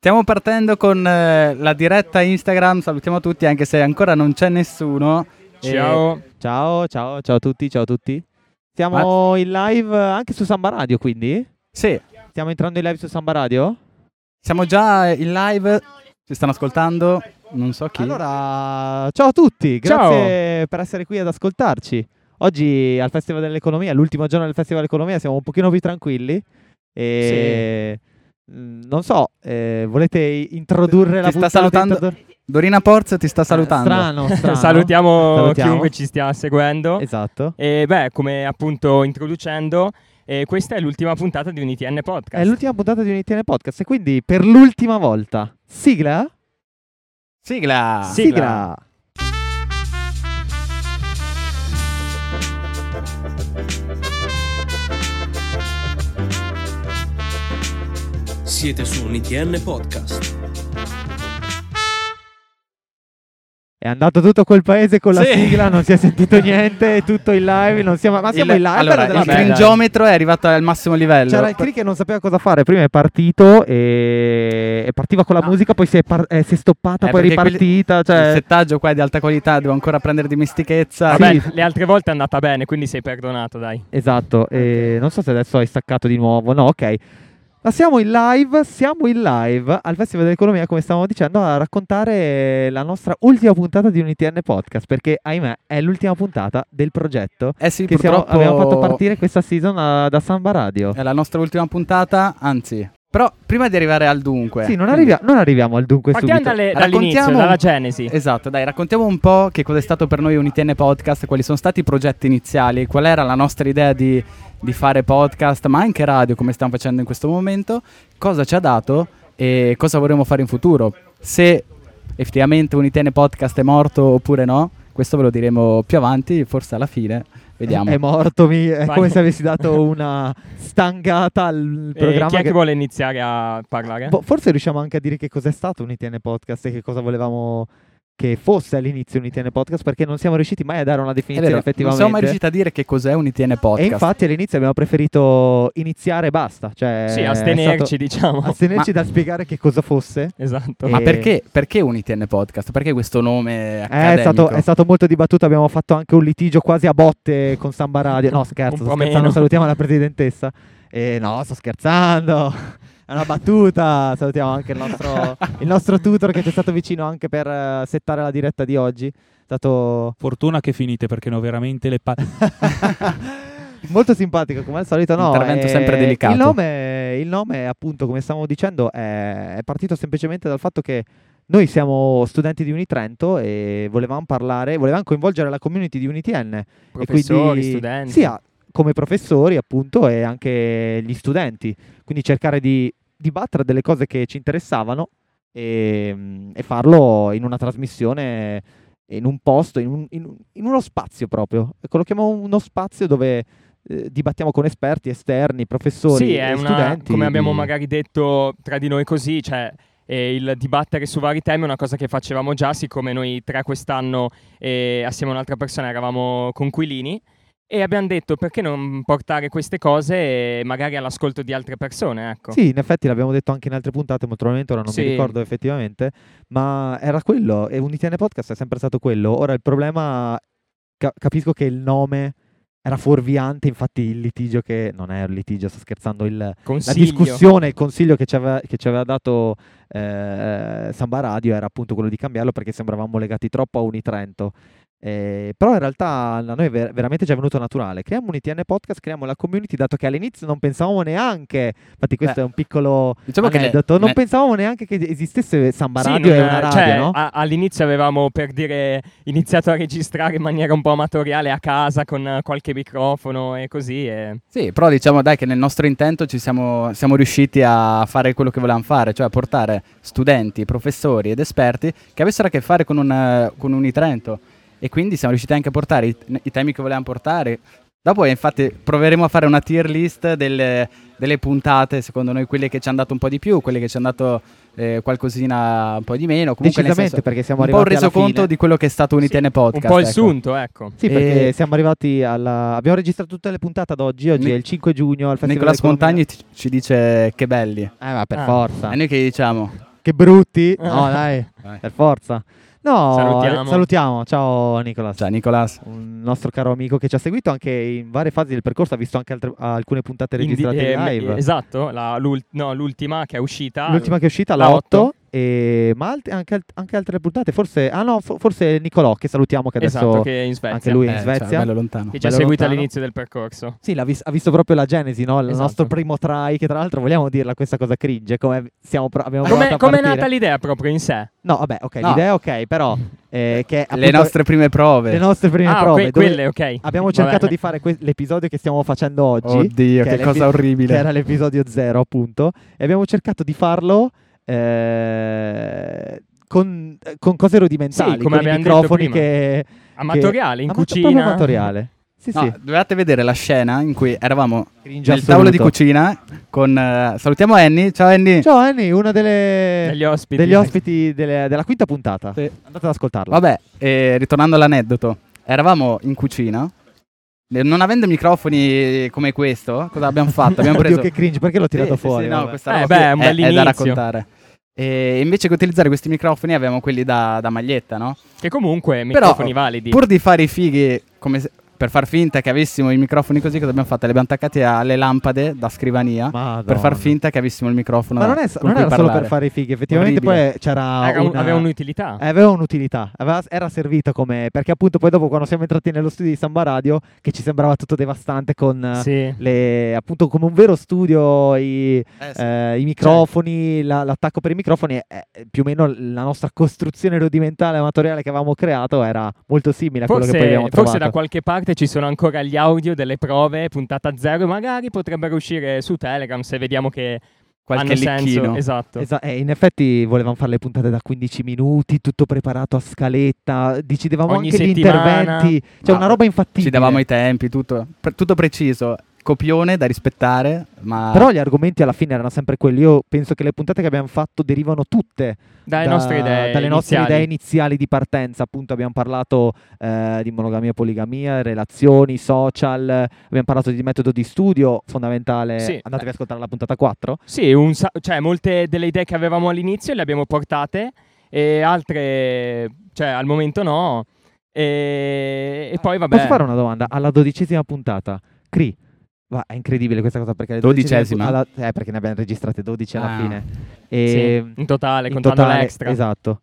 Stiamo partendo con eh, la diretta Instagram, salutiamo tutti anche se ancora non c'è nessuno. E- Ciao. Ciao, ciao, ciao a tutti, ciao a tutti. Siamo in live anche su Samba Radio, quindi? Sì, Stiamo entrando in live su Samba Radio? siamo già in live, ci stanno ascoltando, non so chi. Allora, ciao a tutti, Ciao. grazie per essere qui ad ascoltarci. Oggi al Festival dell'Economia, l'ultimo giorno del Festival dell'Economia, siamo un pochino più tranquilli. E... mh, Non so, eh, volete introdurre la sta puntata? salutando- Introdur- Dorina Porz ti sta salutando. Ah, Strano, strano. Salutiamo, Salutiamo. chiunque ci stia seguendo. Esatto. Eh, E beh, come appunto introducendo, eh, questa è l'ultima puntata di un ITN Podcast. È l'ultima puntata di Unitiene Podcast e quindi per l'ultima volta. Sigla? Sigla! Sì. Sigla. Siete su un ITN Podcast. È andato tutto quel paese con la Sì. sigla, non si è sentito niente, è tutto in live, non siamo, ma siamo Il- in live. allora, era della il vabbè, merda. cringe- cringiometro è arrivato al massimo livello. Eh, C'era il Cree che non sapeva cosa fare, prima è partito e, e partiva con la No. musica, poi si è, par- eh, si è stoppata, Eh, poi è perché quelli- ripartita. Il Cioè... settaggio qua è di alta qualità, devo ancora prendere dimestichezza. Vabbè, sì. le altre volte è andata bene, quindi sei perdonato, dai. Esatto, e non so se adesso hai staccato di nuovo, no ok. Ma siamo in live, siamo in live al Festival dell'Economia, come stavamo dicendo, a raccontare la nostra ultima puntata di un ITN Podcast, perché ahimè è l'ultima puntata del progetto Eh sì, che siamo- purtroppo Eh, abbiamo fatto partire questa season eh, da, da Samba Radio. È la nostra ultima puntata, anzi. Però prima di arrivare al dunque. Sì, non, arrivia- non arriviamo al dunque Partiamo subito. dalle- Raccontiamo- dall'inizio, dalla genesi. Esatto, dai, raccontiamo un po' che cosa è stato per noi un ITN Podcast, quali sono stati i progetti iniziali, qual era la nostra idea di, di fare podcast, ma anche radio come stiamo facendo in questo momento, cosa ci ha dato e cosa vorremmo fare in futuro. Se effettivamente un ITN Podcast è morto oppure no, questo ve lo diremo più avanti, forse alla fine, vediamo. È morto, mi- è Vai. come se avessi dato una stangata al Eh, chi programma. è che... che- vuole iniziare a parlare? Boh, Forse riusciamo anche a dire che cos'è stato un ITN Podcast e che cosa volevamo che fosse all'inizio un ITN Podcast, perché non siamo riusciti mai a dare una È definizione vero, non effettivamente. siamo mai riusciti a dire che cos'è un ITN e Podcast. infatti all'inizio abbiamo preferito iniziare e basta. Cioè sì, è astenerci, stato- diciamo. astenerci dal spiegare che cosa fosse. esatto. ma Eh, perché, perché un ITN Podcast? Perché questo nome Eh, È accademico? stato, è stato molto dibattuto, abbiamo fatto anche un litigio quasi a botte con Samba Radio. No, scherzo, Un sto po' scherzando, meno. salutiamo la presidentessa. Eh, no, sto scherzando. È una battuta. Salutiamo anche il nostro, il nostro tutor che ci è stato vicino anche per eh, settare la diretta di oggi. È stato Fortuna che finite perché no veramente le pa- molto simpatico come al solito. No, Intervento eh, sempre delicato. Il nome, il nome, appunto, come stavamo dicendo, è, è partito semplicemente dal fatto che noi siamo studenti di Unitrento e volevamo parlare, volevamo coinvolgere la community di Unitn. E Professori, quindi- studenti. Sia come professori, appunto, e anche gli studenti. Quindi cercare di dibattere delle cose che ci interessavano e, mm, e farlo in una trasmissione, in un posto, in, un- in un- in uno spazio proprio. Ecco, lo chiamiamo uno spazio dove eh, dibattiamo con esperti esterni, professori Sì, e è una, studenti. come abbiamo di- magari detto tra di noi così, cioè eh, il dibattere su vari temi è una cosa che facevamo già, siccome noi tre quest'anno eh, assieme a un'altra persona eravamo conquilini e abbiamo detto perché non portare queste cose eh, magari all'ascolto di altre persone, ecco. Sì, in effetti l'abbiamo detto anche in altre puntate, molto probabilmente ora non Sì. mi ricordo effettivamente, ma era quello, e un ITN podcast è sempre stato quello. Ora il problema, ca- capisco che il nome era fuorviante, infatti il litigio che, non è un litigio, sto scherzando, il, la Consiglio. discussione, il consiglio che ci aveva, che ci aveva dato eh, Samba Radio era appunto quello di cambiarlo perché sembravamo legati troppo a Unitrento. Eh, però in realtà a noi è ver- veramente ci è venuto naturale. Creiamo un ITN podcast, creiamo la community, dato che all'inizio non pensavamo neanche. Infatti, questo Beh, è un piccolo diciamo che aneddoto. non ne- pensavamo neanche che esistesse Samba Sì, Radio e non- una radio, cioè, ah, no? a- all'inizio avevamo per dire iniziato a registrare in maniera un po' amatoriale a casa con eh, qualche microfono e così. E... Sì, però diciamo dai che nel nostro intento ci siamo, siamo riusciti a fare quello che volevamo fare, cioè a portare studenti, professori ed esperti che avessero a che fare con, un, eh, con Unitrento e quindi siamo riusciti anche a portare i, i temi che volevamo portare. Dopo eh, infatti proveremo a fare una tier list delle, delle puntate, secondo noi quelle che ci hanno dato un po' di più, quelle che ci hanno dato eh, qualcosina un po' di meno, comunque nel Decisamente, senso, perché siamo un po' un arrivati alla resoconto fine. di quello che è stato un ITN Podcast. un po' il ecco. sunto, ecco. Sì, perché E- siamo arrivati alla... Abbiamo registrato tutte le puntate ad oggi, oggi Ni- è il 5 giugno al Nicola Festival dell'Economia. Scontagni ci- ci dice che belli. Eh, ma per Ah. forza. E noi che diciamo? che brutti. Eh. No, dai, Vai. per forza. No, Salutiamo. eh, salutiamo. Ciao Nicolas. Ciao Cioè, Nicolas. Un nostro caro amico che ci ha seguito anche in varie fasi del percorso, ha visto anche altre- alcune puntate Quindi, registrate in eh, live. Esatto, la- l'ult- no, l'ultima che è uscita. L'ultima che è uscita, la la 8, otto. e... ma alt- anche, alt- anche altre puntate, forse, ah no, fo- forse Nicolò che salutiamo che adesso Esatto, che è in Svezia. anche lui è in Eh, ciao, Svezia. bello lontano. Che ci ha cioè, bello seguito lontano. all'inizio del percorso. Sì, l'ha vis- ha visto proprio la genesi, no? il Esatto. nostro primo try, che tra l'altro vogliamo dirla questa cosa cringe, come siamo pro- abbiamo Come provato a come è partire. nata l'idea proprio in sé? No, vabbè, ok, No. l'idea è ok, però eh, che Le appunto- nostre prime prove. le nostre prime ah, prove que- dove quelle, ok. abbiamo Vabbè. cercato di fare que- l'episodio che stiamo facendo oggi. Oddio, che che, è l'epi- cosa orribile. che era l'episodio 0 appunto, e abbiamo cercato di farlo eh, con, con cose rudimentali, Sì, come con i abbiamo detto microfoni prima. che... Amatoriale, in amato- proprio cucina. amatoriale. Sì, No, sì. dovevate vedere la scena in cui eravamo Cringe nel tavolo di assoluto. cucina con... eh, salutiamo Annie. Ciao Annie. Ciao Annie, una delle... Degli ospiti. degli ospiti delle- della quinta puntata. Sì. Andate ad ascoltarla. Vabbè, eh, ritornando all'aneddoto, eravamo in cucina, eh, non avendo microfoni come questo, cosa abbiamo fatto? Abbiamo Oddio, preso... che cringe, perché l'ho tirato Sì, sì, fuori? sì, no, Vabbè. questa Eh, roba beh, qui è un è, è bell'inizio. da raccontare. E invece che utilizzare questi microfoni avevamo quelli da, da maglietta, no? Che comunque Però, microfoni validi. Pur di fare i fighi come se- per far finta che avessimo i microfoni così, cosa abbiamo fatto? Li abbiamo attaccati alle lampade da scrivania Madonna. per far finta che avessimo il microfono. Ma non, è, con non cui era solo parlare. per fare i fighi, effettivamente Orribile. poi c'era Era un- una- Aveva un'utilità. Eh, Aveva un'utilità, aveva- era servita come... Perché appunto poi dopo quando siamo entrati nello studio di Samba Radio, che ci sembrava tutto devastante con eh, Sì. le, appunto come un vero studio, i, eh, i microfoni, Certo. la- l'attacco per i microfoni, eh, eh, più o meno la nostra costruzione rudimentale amatoriale che avevamo creato era molto simile a quello che poi Forse, abbiamo forse da trovato. qualche parte ci sono ancora gli audio delle prove puntata zero e magari potrebbero uscire su Telegram se vediamo che qualche hanno senso. licchino. Esatto. Esa- eh, in effetti volevamo fare le puntate da 15 minuti, tutto preparato a scaletta, decidevamo Ogni anche settimana. gli interventi, cioè No, una roba infattibile. Ci davamo i tempi, tutto, pre- tutto preciso, copione da rispettare, Ah. ma Però gli argomenti alla fine erano sempre quelli. Io penso che le puntate che abbiamo fatto derivano tutte Dalle da- nostre idee. dalle nostre iniziali. idee iniziali di partenza. Appunto, abbiamo parlato eh, di monogamia, poligamia, relazioni, social. Abbiamo parlato di metodo di studio fondamentale. Sì. Andatevi ad ascoltare la puntata 4. Sì, un sa- cioè molte delle idee che avevamo all'inizio le abbiamo portate e altre, cioè al momento no. E, e poi vabbè. Posso fare una domanda? Alla dodicesima puntata, Cri. Ma è incredibile questa cosa perché le Dodicesima? alla- eh, perché ne abbiamo registrate 12 alla Ah. fine. Ehm, Sì, E in totale, Eh, in contando totale, l'extra. Esatto.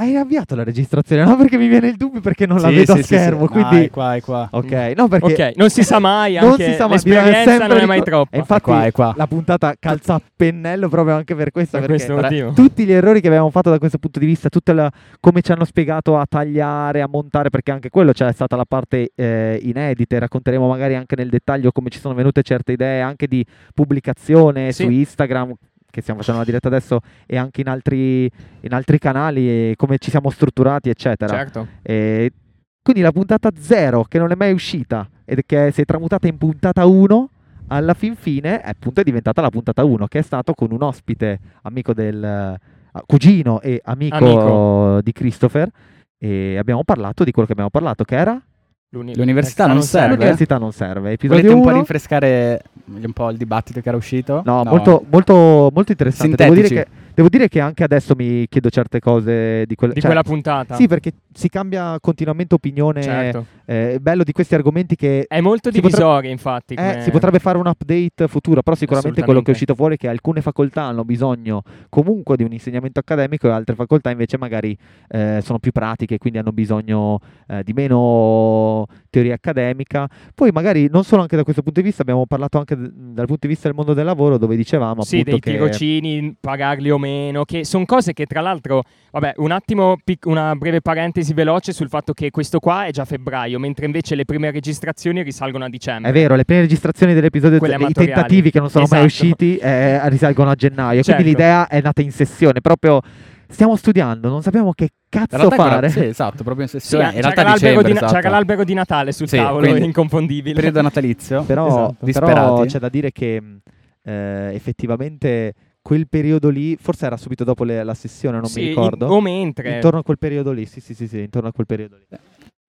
Hai avviato la registrazione? No, perché mi viene il dubbio perché non la Sì, vedo sì, a sì, schermo. sì. Quindi, No, è qua, è qua. ok, no, perché Ok, non si sa mai, non anche si sa mai, bisogna l'esperienza sempre non è mai ricor- troppa. E infatti, È qua, è qua. la puntata calza a pennello proprio anche per questo. Per perché questo tra motivo. tutti gli errori che abbiamo fatto da questo punto di vista, tutta la- come ci hanno spiegato a tagliare, a montare, perché anche quello c'è stata la parte eh, inedita. Racconteremo magari anche nel dettaglio come ci sono venute certe idee anche di pubblicazione Sì. su Instagram. Che stiamo facendo la diretta adesso e anche in altri, in altri canali, e come ci siamo strutturati, eccetera. Certo. E quindi la puntata 0, che non è mai uscita, ed che si è tramutata in puntata 1, alla fin fine è appunto è diventata la puntata 1, che è stato con un ospite, amico del eh, cugino e amico, Amico. di Christopher. E abbiamo parlato di quello che abbiamo parlato, che era L'uni- L'università non serve? eh. l'università non serve. Volete Episodio un po' 1. rinfrescare un po' il dibattito che era uscito? No, molto, molto, molto interessante. Devo dire, Sintetici. che, devo dire che anche adesso mi chiedo certe cose di, eh. quel- Di cioè, quella puntata. Sì, perché si cambia continuamente opinione. certo. eh, è bello di questi argomenti che È molto si potrebbe- divisoria, infatti. Eh, come- si potrebbe fare un update futuro, però sicuramente quello che è Assolutamente. uscito fuori è che alcune facoltà hanno bisogno comunque di un insegnamento accademico e altre facoltà invece magari eh, sono più pratiche, quindi hanno bisogno eh, di meno teoria accademica. Poi magari non solo anche da questo punto di vista, abbiamo parlato anche d- dal punto di vista del mondo del lavoro dove dicevamo Sì, appunto dei che... tirocini, pagarli o meno, che sono cose che tra l'altro, vabbè, un attimo, pic- una breve parentesi veloce sul fatto che questo qua è già febbraio, mentre invece le prime registrazioni risalgono a dicembre. È vero, le prime registrazioni dell'episodio, Quelle i amatoriali. tentativi che non sono mai Esatto. usciti eh, risalgono a gennaio, Certo. quindi l'idea è nata in sessione, proprio stiamo studiando, non sappiamo che In cazzo realtà ancora- fare. sì, esatto, proprio in Sì, eh, sessione. in c'era, realtà l'albero dicembre, di, esatto. c'era l'albero di Natale sul Sì, tavolo, quindi- inconfondibile. periodo natalizio. Però, Esatto. però disperati. c'è da dire che mh, eh, effettivamente quel periodo lì, forse era subito dopo le- la sessione, non Sì, mi in- ricordo. o mentre. Intorno a quel periodo lì, sì, sì, sì, sì, intorno a quel periodo lì.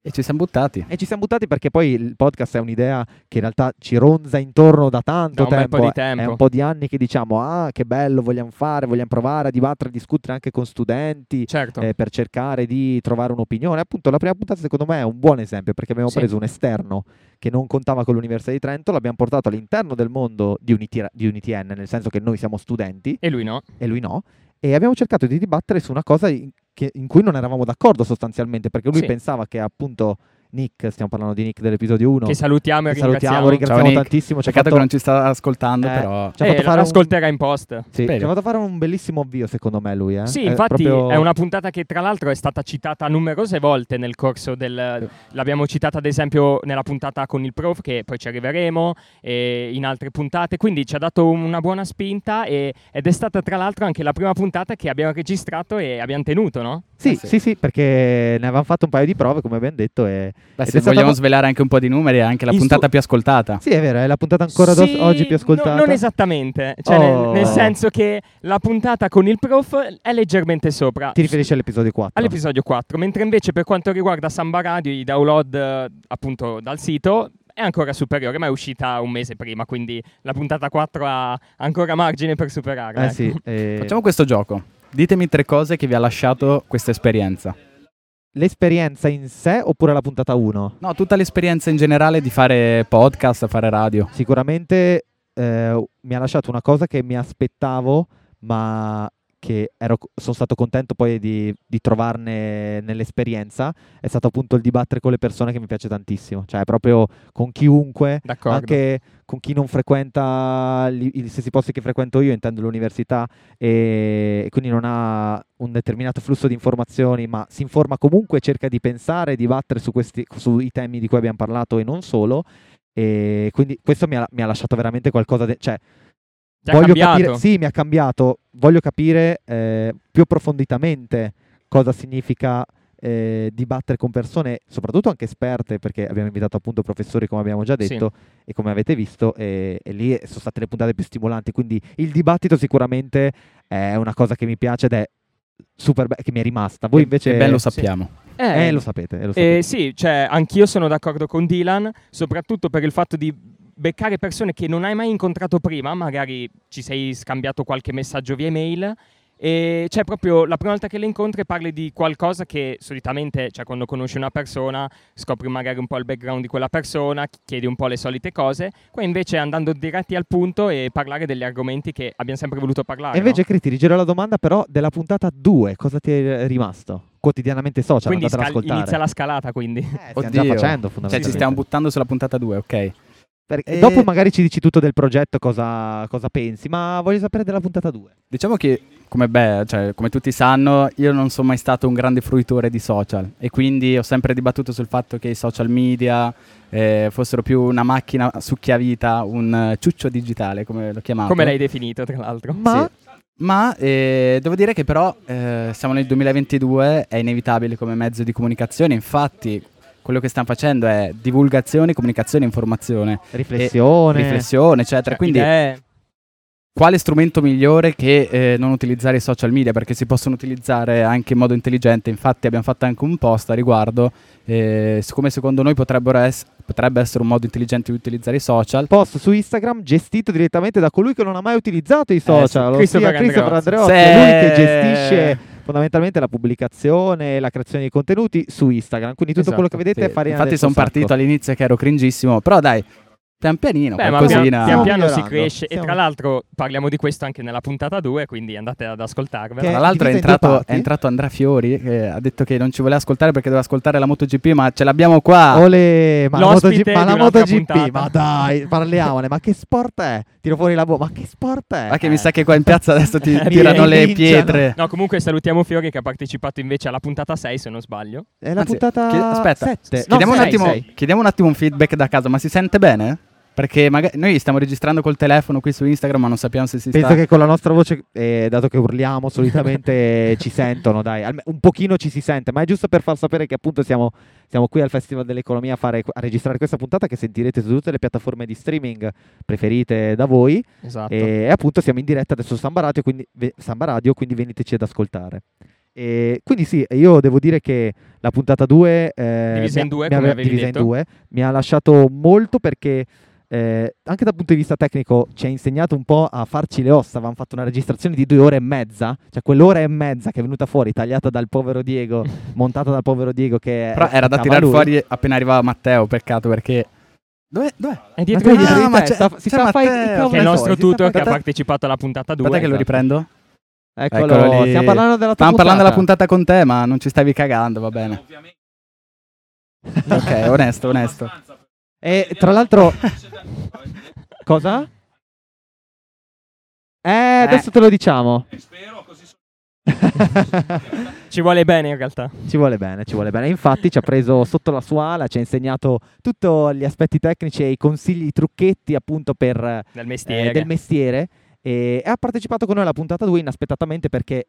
E ci siamo buttati. E ci siamo buttati perché poi il podcast è un'idea che in realtà ci ronza intorno da tanto Da un bel tempo. po' di eh. È tempo. un po' di anni che diciamo, ah, che bello, vogliamo fare, vogliamo provare a dibattere, a discutere anche con studenti. Certo. eh, per cercare di trovare un'opinione. Appunto, la prima puntata, secondo me, è un buon esempio perché abbiamo Sì. preso un esterno che non contava con l'Università di Trento, l'abbiamo portato all'interno del mondo di, UNITR di UNITN, nel senso che noi siamo studenti E lui no. e lui no, e abbiamo cercato di dibattere su una cosa in, che- in cui non eravamo d'accordo sostanzialmente, perché lui Sì. pensava che appunto Nick, stiamo parlando di Nick dell'episodio 1, Che salutiamo e che salutiamo, ringraziamo. ringraziamo Nick. tantissimo, ci ha Peccato fatto, che non ci sta ascoltando, Eh, però. ci ha fatto Eh, fare un- ascolterà in post. sì, ci ha spero. fatto fare un bellissimo avvio secondo me lui. eh. Sì, È infatti proprio- è una puntata che tra l'altro è stata citata numerose volte nel corso del... L'abbiamo citata ad esempio nella puntata con il prof, che poi ci arriveremo, e in altre puntate, quindi ci ha dato un- una buona spinta e- ed è stata tra l'altro anche la prima puntata che abbiamo registrato e abbiamo tenuto, no? Sì, Ah, sì, sì. sì, perché ne avevamo fatto un paio di prove, come abbiamo detto, e... Beh, ed è se stata vogliamo mo- svelare anche un po' di numeri, è anche la In su- puntata più ascoltata. Sì, è vero, è la puntata ancora dos- Sì, oggi più no- ascoltata. non esattamente, cioè nel- Oh. nel, senso che la puntata con il prof è leggermente sopra. Ti riferisci all'episodio 4? all'episodio 4, mentre invece per quanto riguarda Samba Radio i download eh, appunto dal sito è ancora superiore, ma è uscita un mese prima, quindi la puntata 4 ha ancora margine per superarla. Eh ecco. sì, eh, Facciamo questo gioco. Ditemi tre cose che vi ha lasciato questa esperienza. l'esperienza in sé oppure la puntata 1? No, tutta l'esperienza in generale di fare podcast, fare radio. Sicuramente eh, mi ha lasciato una cosa che mi aspettavo, ma che ero- sono stato contento poi di, di trovarne nell'esperienza, è stato appunto il dibattere con le persone che mi piace tantissimo, cioè proprio con chiunque, D'accordo. anche con chi non frequenta gli, gli stessi posti che frequento io, intendo l'università, e, e quindi non ha un determinato flusso di informazioni, ma si informa comunque, cerca di pensare, dibattere su questi, sui temi di cui abbiamo parlato e non solo. E quindi questo mi ha, mi ha lasciato veramente qualcosa. de- cioè, Ti ha voglio cambiato? capire, sì, mi ha cambiato. Voglio capire eh, più approfonditamente cosa significa eh, dibattere con persone, soprattutto anche esperte, perché abbiamo invitato appunto professori, come abbiamo già Sì. detto e come avete visto, e, e lì sono state le puntate più stimolanti. Quindi il dibattito sicuramente è una cosa che mi piace ed è super be- che mi è rimasta. Voi invece E ben lo sappiamo. Eh, eh, lo sapete, eh, lo sapete. Eh, sì, cioè, anch'io sono d'accordo con Dylan, soprattutto per il fatto di beccare persone che non hai mai incontrato prima, magari ci sei scambiato qualche messaggio via email. E cioè, proprio la prima volta che le incontri parli di qualcosa che solitamente, cioè, quando conosci una persona, scopri magari un po' il background di quella persona, chi- chiedi un po' le solite cose. Qua invece andando diretti al punto e parlare degli argomenti che abbiamo sempre voluto parlare. E invece, no? Cri, ti rigiro la domanda, però, della puntata 2, cosa ti è rimasto? Quotidianamente social, quindi andatela ad scal- ascoltare. inizia la scalata, quindi. Eh, stiamo già Oddio. facendo, Cioè, fondamentalmente. ci stiamo buttando sulla puntata 2, ok. Perché- Eh, Dopo magari ci dici tutto del progetto, cosa, cosa pensi, ma voglio sapere della puntata 2. Diciamo che, come, beh, cioè, come tutti sanno, io non sono mai stato un grande fruitore di social e quindi ho sempre dibattuto sul fatto che i social media eh, fossero più una macchina succhiavita, un eh, ciuccio digitale, come lo chiamavo. Come l'hai definito, tra l'altro? Ah, Ma Ma eh, devo dire che però eh, siamo nel 2022, è inevitabile come mezzo di comunicazione, infatti quello che stanno facendo è divulgazione, comunicazione, informazione, Eh, riflessione, riflessione, eccetera. Cioè, Quindi idee- quale strumento migliore che eh, non utilizzare i social media perché si possono utilizzare anche in modo intelligente infatti abbiamo fatto anche un post a riguardo eh, siccome secondo noi potrebbero ess- potrebbe essere un modo intelligente di utilizzare i social post su Instagram gestito direttamente da colui che non ha mai utilizzato i social, ossia Christopher Christopher Andreotti. Andreotti, è lui che Se- gestisce fondamentalmente la pubblicazione e la creazione di contenuti su Instagram. Quindi tutto Esatto, quello che vedete è Sì, farina infatti del sono suo sacco. partito all'inizio che ero cringissimo però dai pian pianino Beh, ma pian, qualcosina pian Stiamo piano si migliorando. cresce Stiamo- e tra l'altro parliamo di questo anche nella puntata 2, quindi andate ad ascoltarvela. Che- Tra l'altro è divisa in due entrato, parti. è entrato Andrea Fiori, che ha detto che non ci voleva ascoltare perché doveva ascoltare la MotoGP, ma ce l'abbiamo qua. Oh, Ole, ma la, L'ospite MotoGP, ma di la un'altra MotoGP, puntata. ma dai, parliamone, ma che sport è? Tiro fuori la bomba, ma che sport è? Ma che mi sa che qua in piazza adesso ti Mi tirano le linciano. pietre. No, comunque salutiamo Fiori che ha partecipato invece alla puntata 6, se non sbaglio. È la Anzi, puntata chied- aspetta, 7. s- Chiediamo, No, un sei, attimo, sei. chiediamo un attimo un feedback da casa, ma si sente bene? Perché magari noi stiamo registrando col telefono qui su Instagram, ma non sappiamo se si Penso sta. che con la nostra voce, eh, dato che urliamo, solitamente ci sentono, dai, alme- un pochino ci si sente, ma è giusto per far sapere che appunto siamo, siamo qui al Festival dell'Economia a, fare- a registrare questa puntata che sentirete su tutte le piattaforme di streaming preferite da voi Esatto. Eh, e, appunto siamo in diretta adesso su Samba Radio, quindi, ve- Samba Radio, quindi veniteci ad ascoltare. E quindi sì, io devo dire che la puntata 2 eh, Divisa mi ha- in due, mi ha- come avevi divisa in detto. due, mi ha lasciato molto perché eh, anche dal punto di vista tecnico ci ha insegnato un po' a farci le ossa. Avevamo fatto una registrazione di due ore e mezza, cioè quell'ora e mezza che è venuta fuori, tagliata dal povero Diego, montata dal povero Diego che Però era da aspettava tirar lui. fuori appena arrivava Matteo, peccato perché... Dov'è? Dov'è? È Ma tu dietro Ah, hai di te, dietro di ma te, c'è- sta- si c'è sta Matteo. fai- Che cavolo che è il nostro fuori, si sta tutor che ha fai- partecipato alla puntata 2. Aspetta che lo esatto. riprendo. Eccolo, Eccolo lì. stiamo parlando della tua Stavamo parlando della puntata con te, ma non ci stavi cagando, va bene. ok, onesto, onesto. E tra l'altro, cosa? Eh, adesso te lo diciamo. Ci vuole bene in realtà. ci vuole bene, ci vuole bene. Infatti, ci ha preso sotto la sua ala, ci ha insegnato tutti gli aspetti tecnici e i consigli, i trucchetti appunto per, eh, Del mestiere. del mestiere. E, e ha partecipato con noi alla puntata 2 inaspettatamente perché.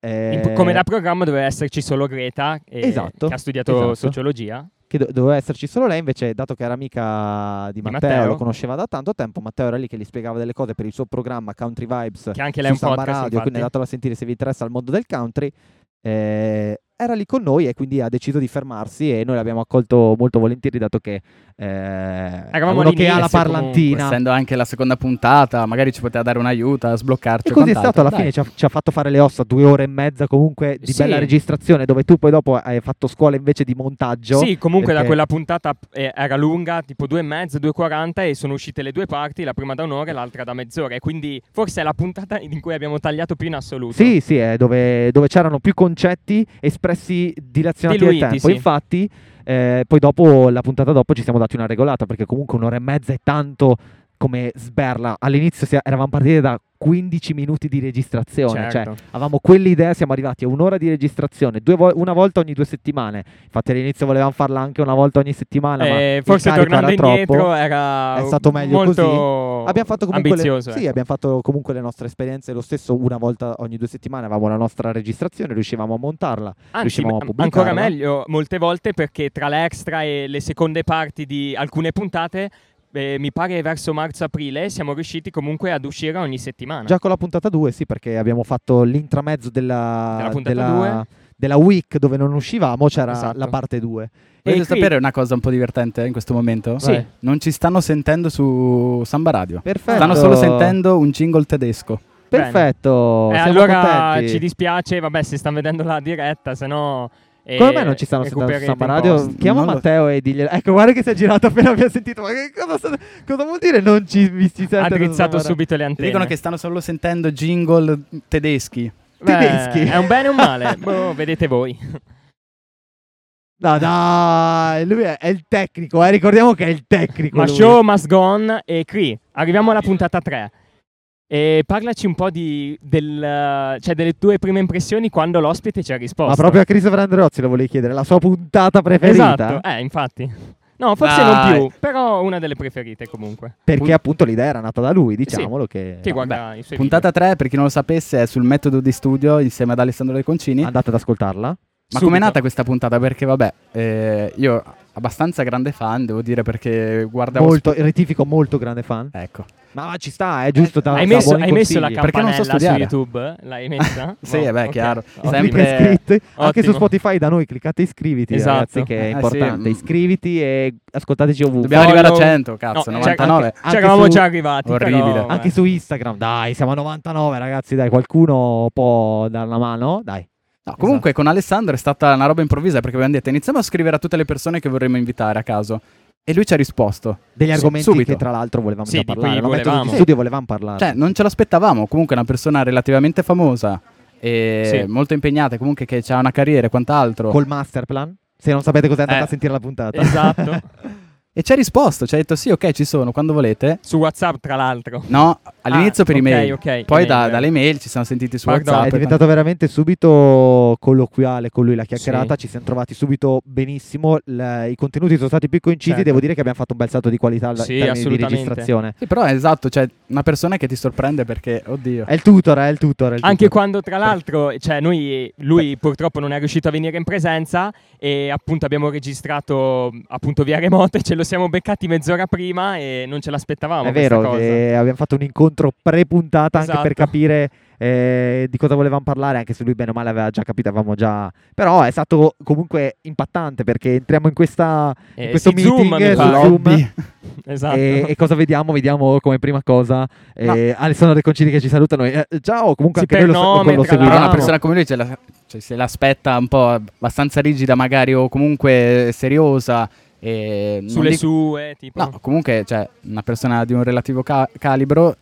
eh, In- Come da programma doveva esserci solo Greta, eh, Esatto, che ha studiato esatto. sociologia. che do- doveva esserci solo lei, invece, dato che era amica di Di Matteo, Matteo. lo conosceva da tanto tempo, Matteo era lì che gli spiegava delle cose per il suo programma Country Vibes Che anche lei è un su Samba podcast. Radio, quindi infatti. andatelo a sentire se vi interessa il mondo del country. Eh, era lì con noi e quindi ha deciso di fermarsi e noi l'abbiamo accolto molto volentieri dato che eh, è uno che ha la all'inizio, parlantina. Essendo anche la seconda puntata, magari ci poteva dare un aiuto a sbloccarci. E così è quant'altro. stato, alla Dai. fine ci ha, ci ha fatto fare le ossa due ore e mezza comunque di Sì. bella registrazione dove tu poi dopo hai fatto scuola invece di montaggio. Sì, comunque da perché- quella puntata eh, era lunga, tipo due e mezzo, due e quaranta, e sono uscite le due parti, la prima da un'ora e l'altra da mezz'ora. E quindi forse è la puntata in cui abbiamo tagliato più in assoluto. Sì, sì, è dove, dove c'erano più concetti espressi dilazionati Diluiti, nel tempo. sì. Infatti, eh, poi dopo la puntata dopo ci siamo dati una regolata, perché comunque un'ora e mezza è tanto come sberla. All'inizio si- eravamo partiti da 15 minuti di registrazione, cioè certo. avevamo quell'idea, siamo arrivati a un'ora di registrazione, due vo- una volta ogni due settimane. Infatti all'inizio volevamo farla anche una volta ogni settimana, ma Eh, il forse carico tornando era troppo. indietro era È stato meglio molto Abbiamo fatto comunque le, ambizioso. sì, eh, ecco. abbiamo fatto comunque le nostre esperienze lo stesso una volta ogni due settimane avevamo la nostra registrazione, riuscivamo a montarla. Anzi, riuscivamo a ma- pubblicarla. ancora meglio molte volte perché tra le extra e le seconde parti di alcune puntate, eh, mi pare verso marzo-aprile, siamo riusciti comunque ad uscire ogni settimana. Già con la puntata 2, sì, perché abbiamo fatto l'intramezzo della, Della puntata della, della week dove non uscivamo, c'era Esatto. la parte 2. E Volete qui- sapere una cosa un po' divertente in questo momento? Sì. Vai. Non ci stanno sentendo su Samba Radio. Perfetto. Stanno solo sentendo un jingle tedesco. Perfetto. Eh, siamo allora contenti. ci dispiace, vabbè, se stanno vedendo la diretta, se no. eh, Come mai non ci stanno sentendo su recupererete Samba un Radio? po'. Chiama Non lo- Matteo e diglielo. Ecco, guarda che si è girato appena abbiamo sentito. Ma che cosa, sta- cosa vuol dire non ci, mi ci sente? Ha drizzato subito le Ti antenne. dicono che stanno solo sentendo jingle tedeschi. Beh, tedeschi. È un bene o un male? Boh, vedete voi. No, dai, lui è, è il tecnico, eh, ricordiamo che è il tecnico. Ma lui. show must go on. E qui arriviamo alla puntata 3. E parlaci un po' di, del, cioè delle tue prime impressioni quando l'ospite ci ha risposto. Ma proprio a Christopher Andreozzi lo volevi chiedere, la sua puntata preferita? Esatto, eh, infatti. No, forse Dai. non più, però una delle preferite comunque. Perché appunto l'idea era nata da lui, diciamolo che Chi guarda i suoi Eh, Puntata 3, per chi non lo sapesse, è sul metodo di studio insieme ad Alessandro De eh. Concini. andate ad ascoltarla. Ma Ah, Subito. com'è nata questa puntata? Perché vabbè, eh, io abbastanza grande fan, devo dire, perché guardavo... Molto, rettifico, molto grande fan. sp- ecco. Ma, ma ci sta, è giusto. da- Eh, Hai da messo, Ah, buoni hai messo la consigli. Perché non so campanella su studiare. YouTube? L'hai messa? Sì, Wow, beh, ok. chiaro. Ottimo. Sempre- Clic iscritti. Anche su Ottimo. Spotify da noi cliccate iscriviti, Esatto. ragazzi, che è Eh, sì, importante. mm. Iscriviti e ascoltateci ovunque. Dobbiamo Follow- arrivare a 100, cazzo, No, cioè, 99. anche- Ci eravamo su- già arrivati. Orribile. però, Anche eh. su Instagram, dai, siamo a 99 ragazzi, dai, qualcuno può dar la mano, dai. No, comunque con Alessandro è stata una roba improvvisa perché abbiamo detto iniziamo a scrivere a tutte le persone che vorremmo invitare a caso. E lui ci ha risposto. Degli Su- argomenti subito. che tra l'altro volevamo già Sì, di cui parlare, lo metodo di volevamo. Certo. studio volevamo parlare. Cioè, non ce l'aspettavamo. Comunque è una persona relativamente famosa e Sì. molto impegnata, comunque che ha una carriera e quant'altro. col master plan. Se non sapete cos'è andate Eh. a sentire la puntata. Esatto. E ci ha risposto, ci ha detto sì, ok, ci sono, quando volete. Su WhatsApp, tra l'altro. No, all'inizio Ah, per ok, email. ok, Poi email. da- dalle mail ci siamo sentiti su Guarda, WhatsApp. è e diventato veramente subito colloquiale con lui la chiacchierata, Sì. ci siamo trovati subito benissimo, l- i contenuti sono stati più concisi, Certo. devo dire che abbiamo fatto un bel salto di qualità al- Sì, in termini di assolutamente. registrazione. Sì, però è esatto, cioè una persona che ti sorprende perché, oddio. È il tutor, è il tutor. È il Anche tutor. quando, tra l'altro, cioè, noi, lui purtroppo non è riuscito a venire in presenza e appunto abbiamo registrato appunto via remota e ce lo lo siamo beccati mezz'ora prima e non ce l'aspettavamo. È questa vero, cosa. eh, abbiamo fatto un incontro pre-puntata anche per Esatto. capire eh, di cosa volevamo parlare, anche se lui bene o male aveva già capito, avevamo già... Però è stato comunque impattante perché entriamo in, questa, in Eh, questo si meeting zoom, mi su fa. Zoom Esatto. e, e cosa vediamo? Vediamo come prima cosa eh, Alessandro De Concini che ci salutano. Eh, ciao, comunque Sì, anche noi per lo, nome, lo tra Però seguiamo. l'altro. una persona come lui ce la- cioè, se l'aspetta un po' abbastanza rigida magari o comunque seriosa. E non Sulle dico- sue, tipo. No, comunque, cioè, una persona di un relativo ca- calibro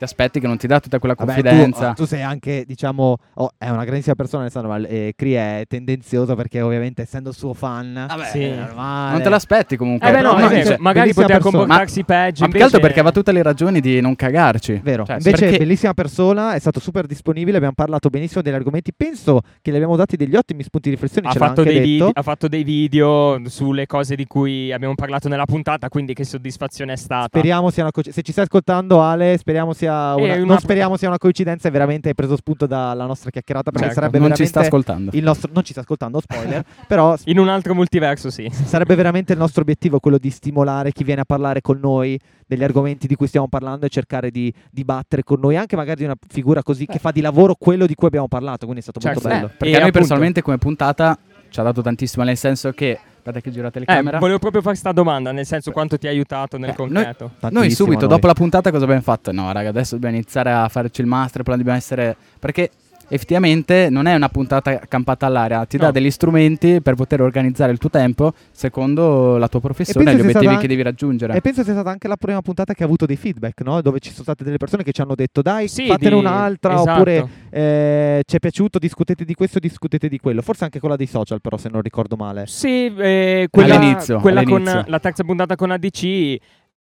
ti aspetti che non ti dà tutta quella Vabbè, tu- confidenza. tu, sei anche, diciamo, oh, è una grandissima persona, Alessandro, ma eh, Cri è tendenzioso perché ovviamente essendo suo fan... Vabbè, Sì. è normale. non te l'aspetti comunque. Eh beh, no, Però nel Uno è senso, dice- magari bellissima poteva persona. comportarsi peggio. cioè, ma più che altro invece- perché aveva tutte le ragioni di non cagarci. Vero. Cioè, Invece, perché- bellissima persona, è stato super disponibile. Abbiamo parlato benissimo degli argomenti. Penso che le abbiamo dati degli ottimi spunti di riflessione. ha ce l'ha fatto, anche dei vide- detto. ha fatto dei video sulle cose di cui abbiamo parlato nella puntata, quindi che soddisfazione è stata. Speriamo sia una co- se ci stai ascoltando, Ale, speriamo sia Eh, una- una- non speriamo sia una coincidenza. È veramente hai preso spunto dalla nostra chiacchierata. Perché Certo, sarebbe non veramente ci sta ascoltando. il nostro. Non ci sta ascoltando, spoiler. però s- In un altro multiverso, sì. sarebbe veramente il nostro obiettivo quello di stimolare chi viene a parlare con noi degli argomenti di cui stiamo parlando e cercare di dibattere con noi, anche magari di una figura così che fa di lavoro quello di cui abbiamo parlato. Quindi è stato Certo. molto bello. Eh, Perché E a noi appunto- personalmente come puntata ci ha dato tantissimo, nel senso che... Guarda che girate le Eh, camere. volevo proprio fare sta domanda, nel senso quanto ti ha aiutato nel Eh, concreto. Noi Tantissimo, subito noi. dopo la puntata cosa abbiamo fatto? No, raga, adesso dobbiamo iniziare a farci il master, poi dobbiamo essere perché effettivamente non è una puntata campata all'aria, ti dà No. degli strumenti per poter organizzare il tuo tempo secondo la tua professione e penso gli sia obiettivi stata- che devi raggiungere. E penso sia stata anche la prima puntata che ha avuto dei feedback, no? Dove ci sono state delle persone che ci hanno detto dai, Sì, fatene di- un'altra, esatto. oppure eh, ci è piaciuto, discutete di questo, discutete di quello. Forse anche quella dei social, però, se non ricordo male. Sì, eh, quella, All'inizio, quella con all'inizio. la terza puntata con ADC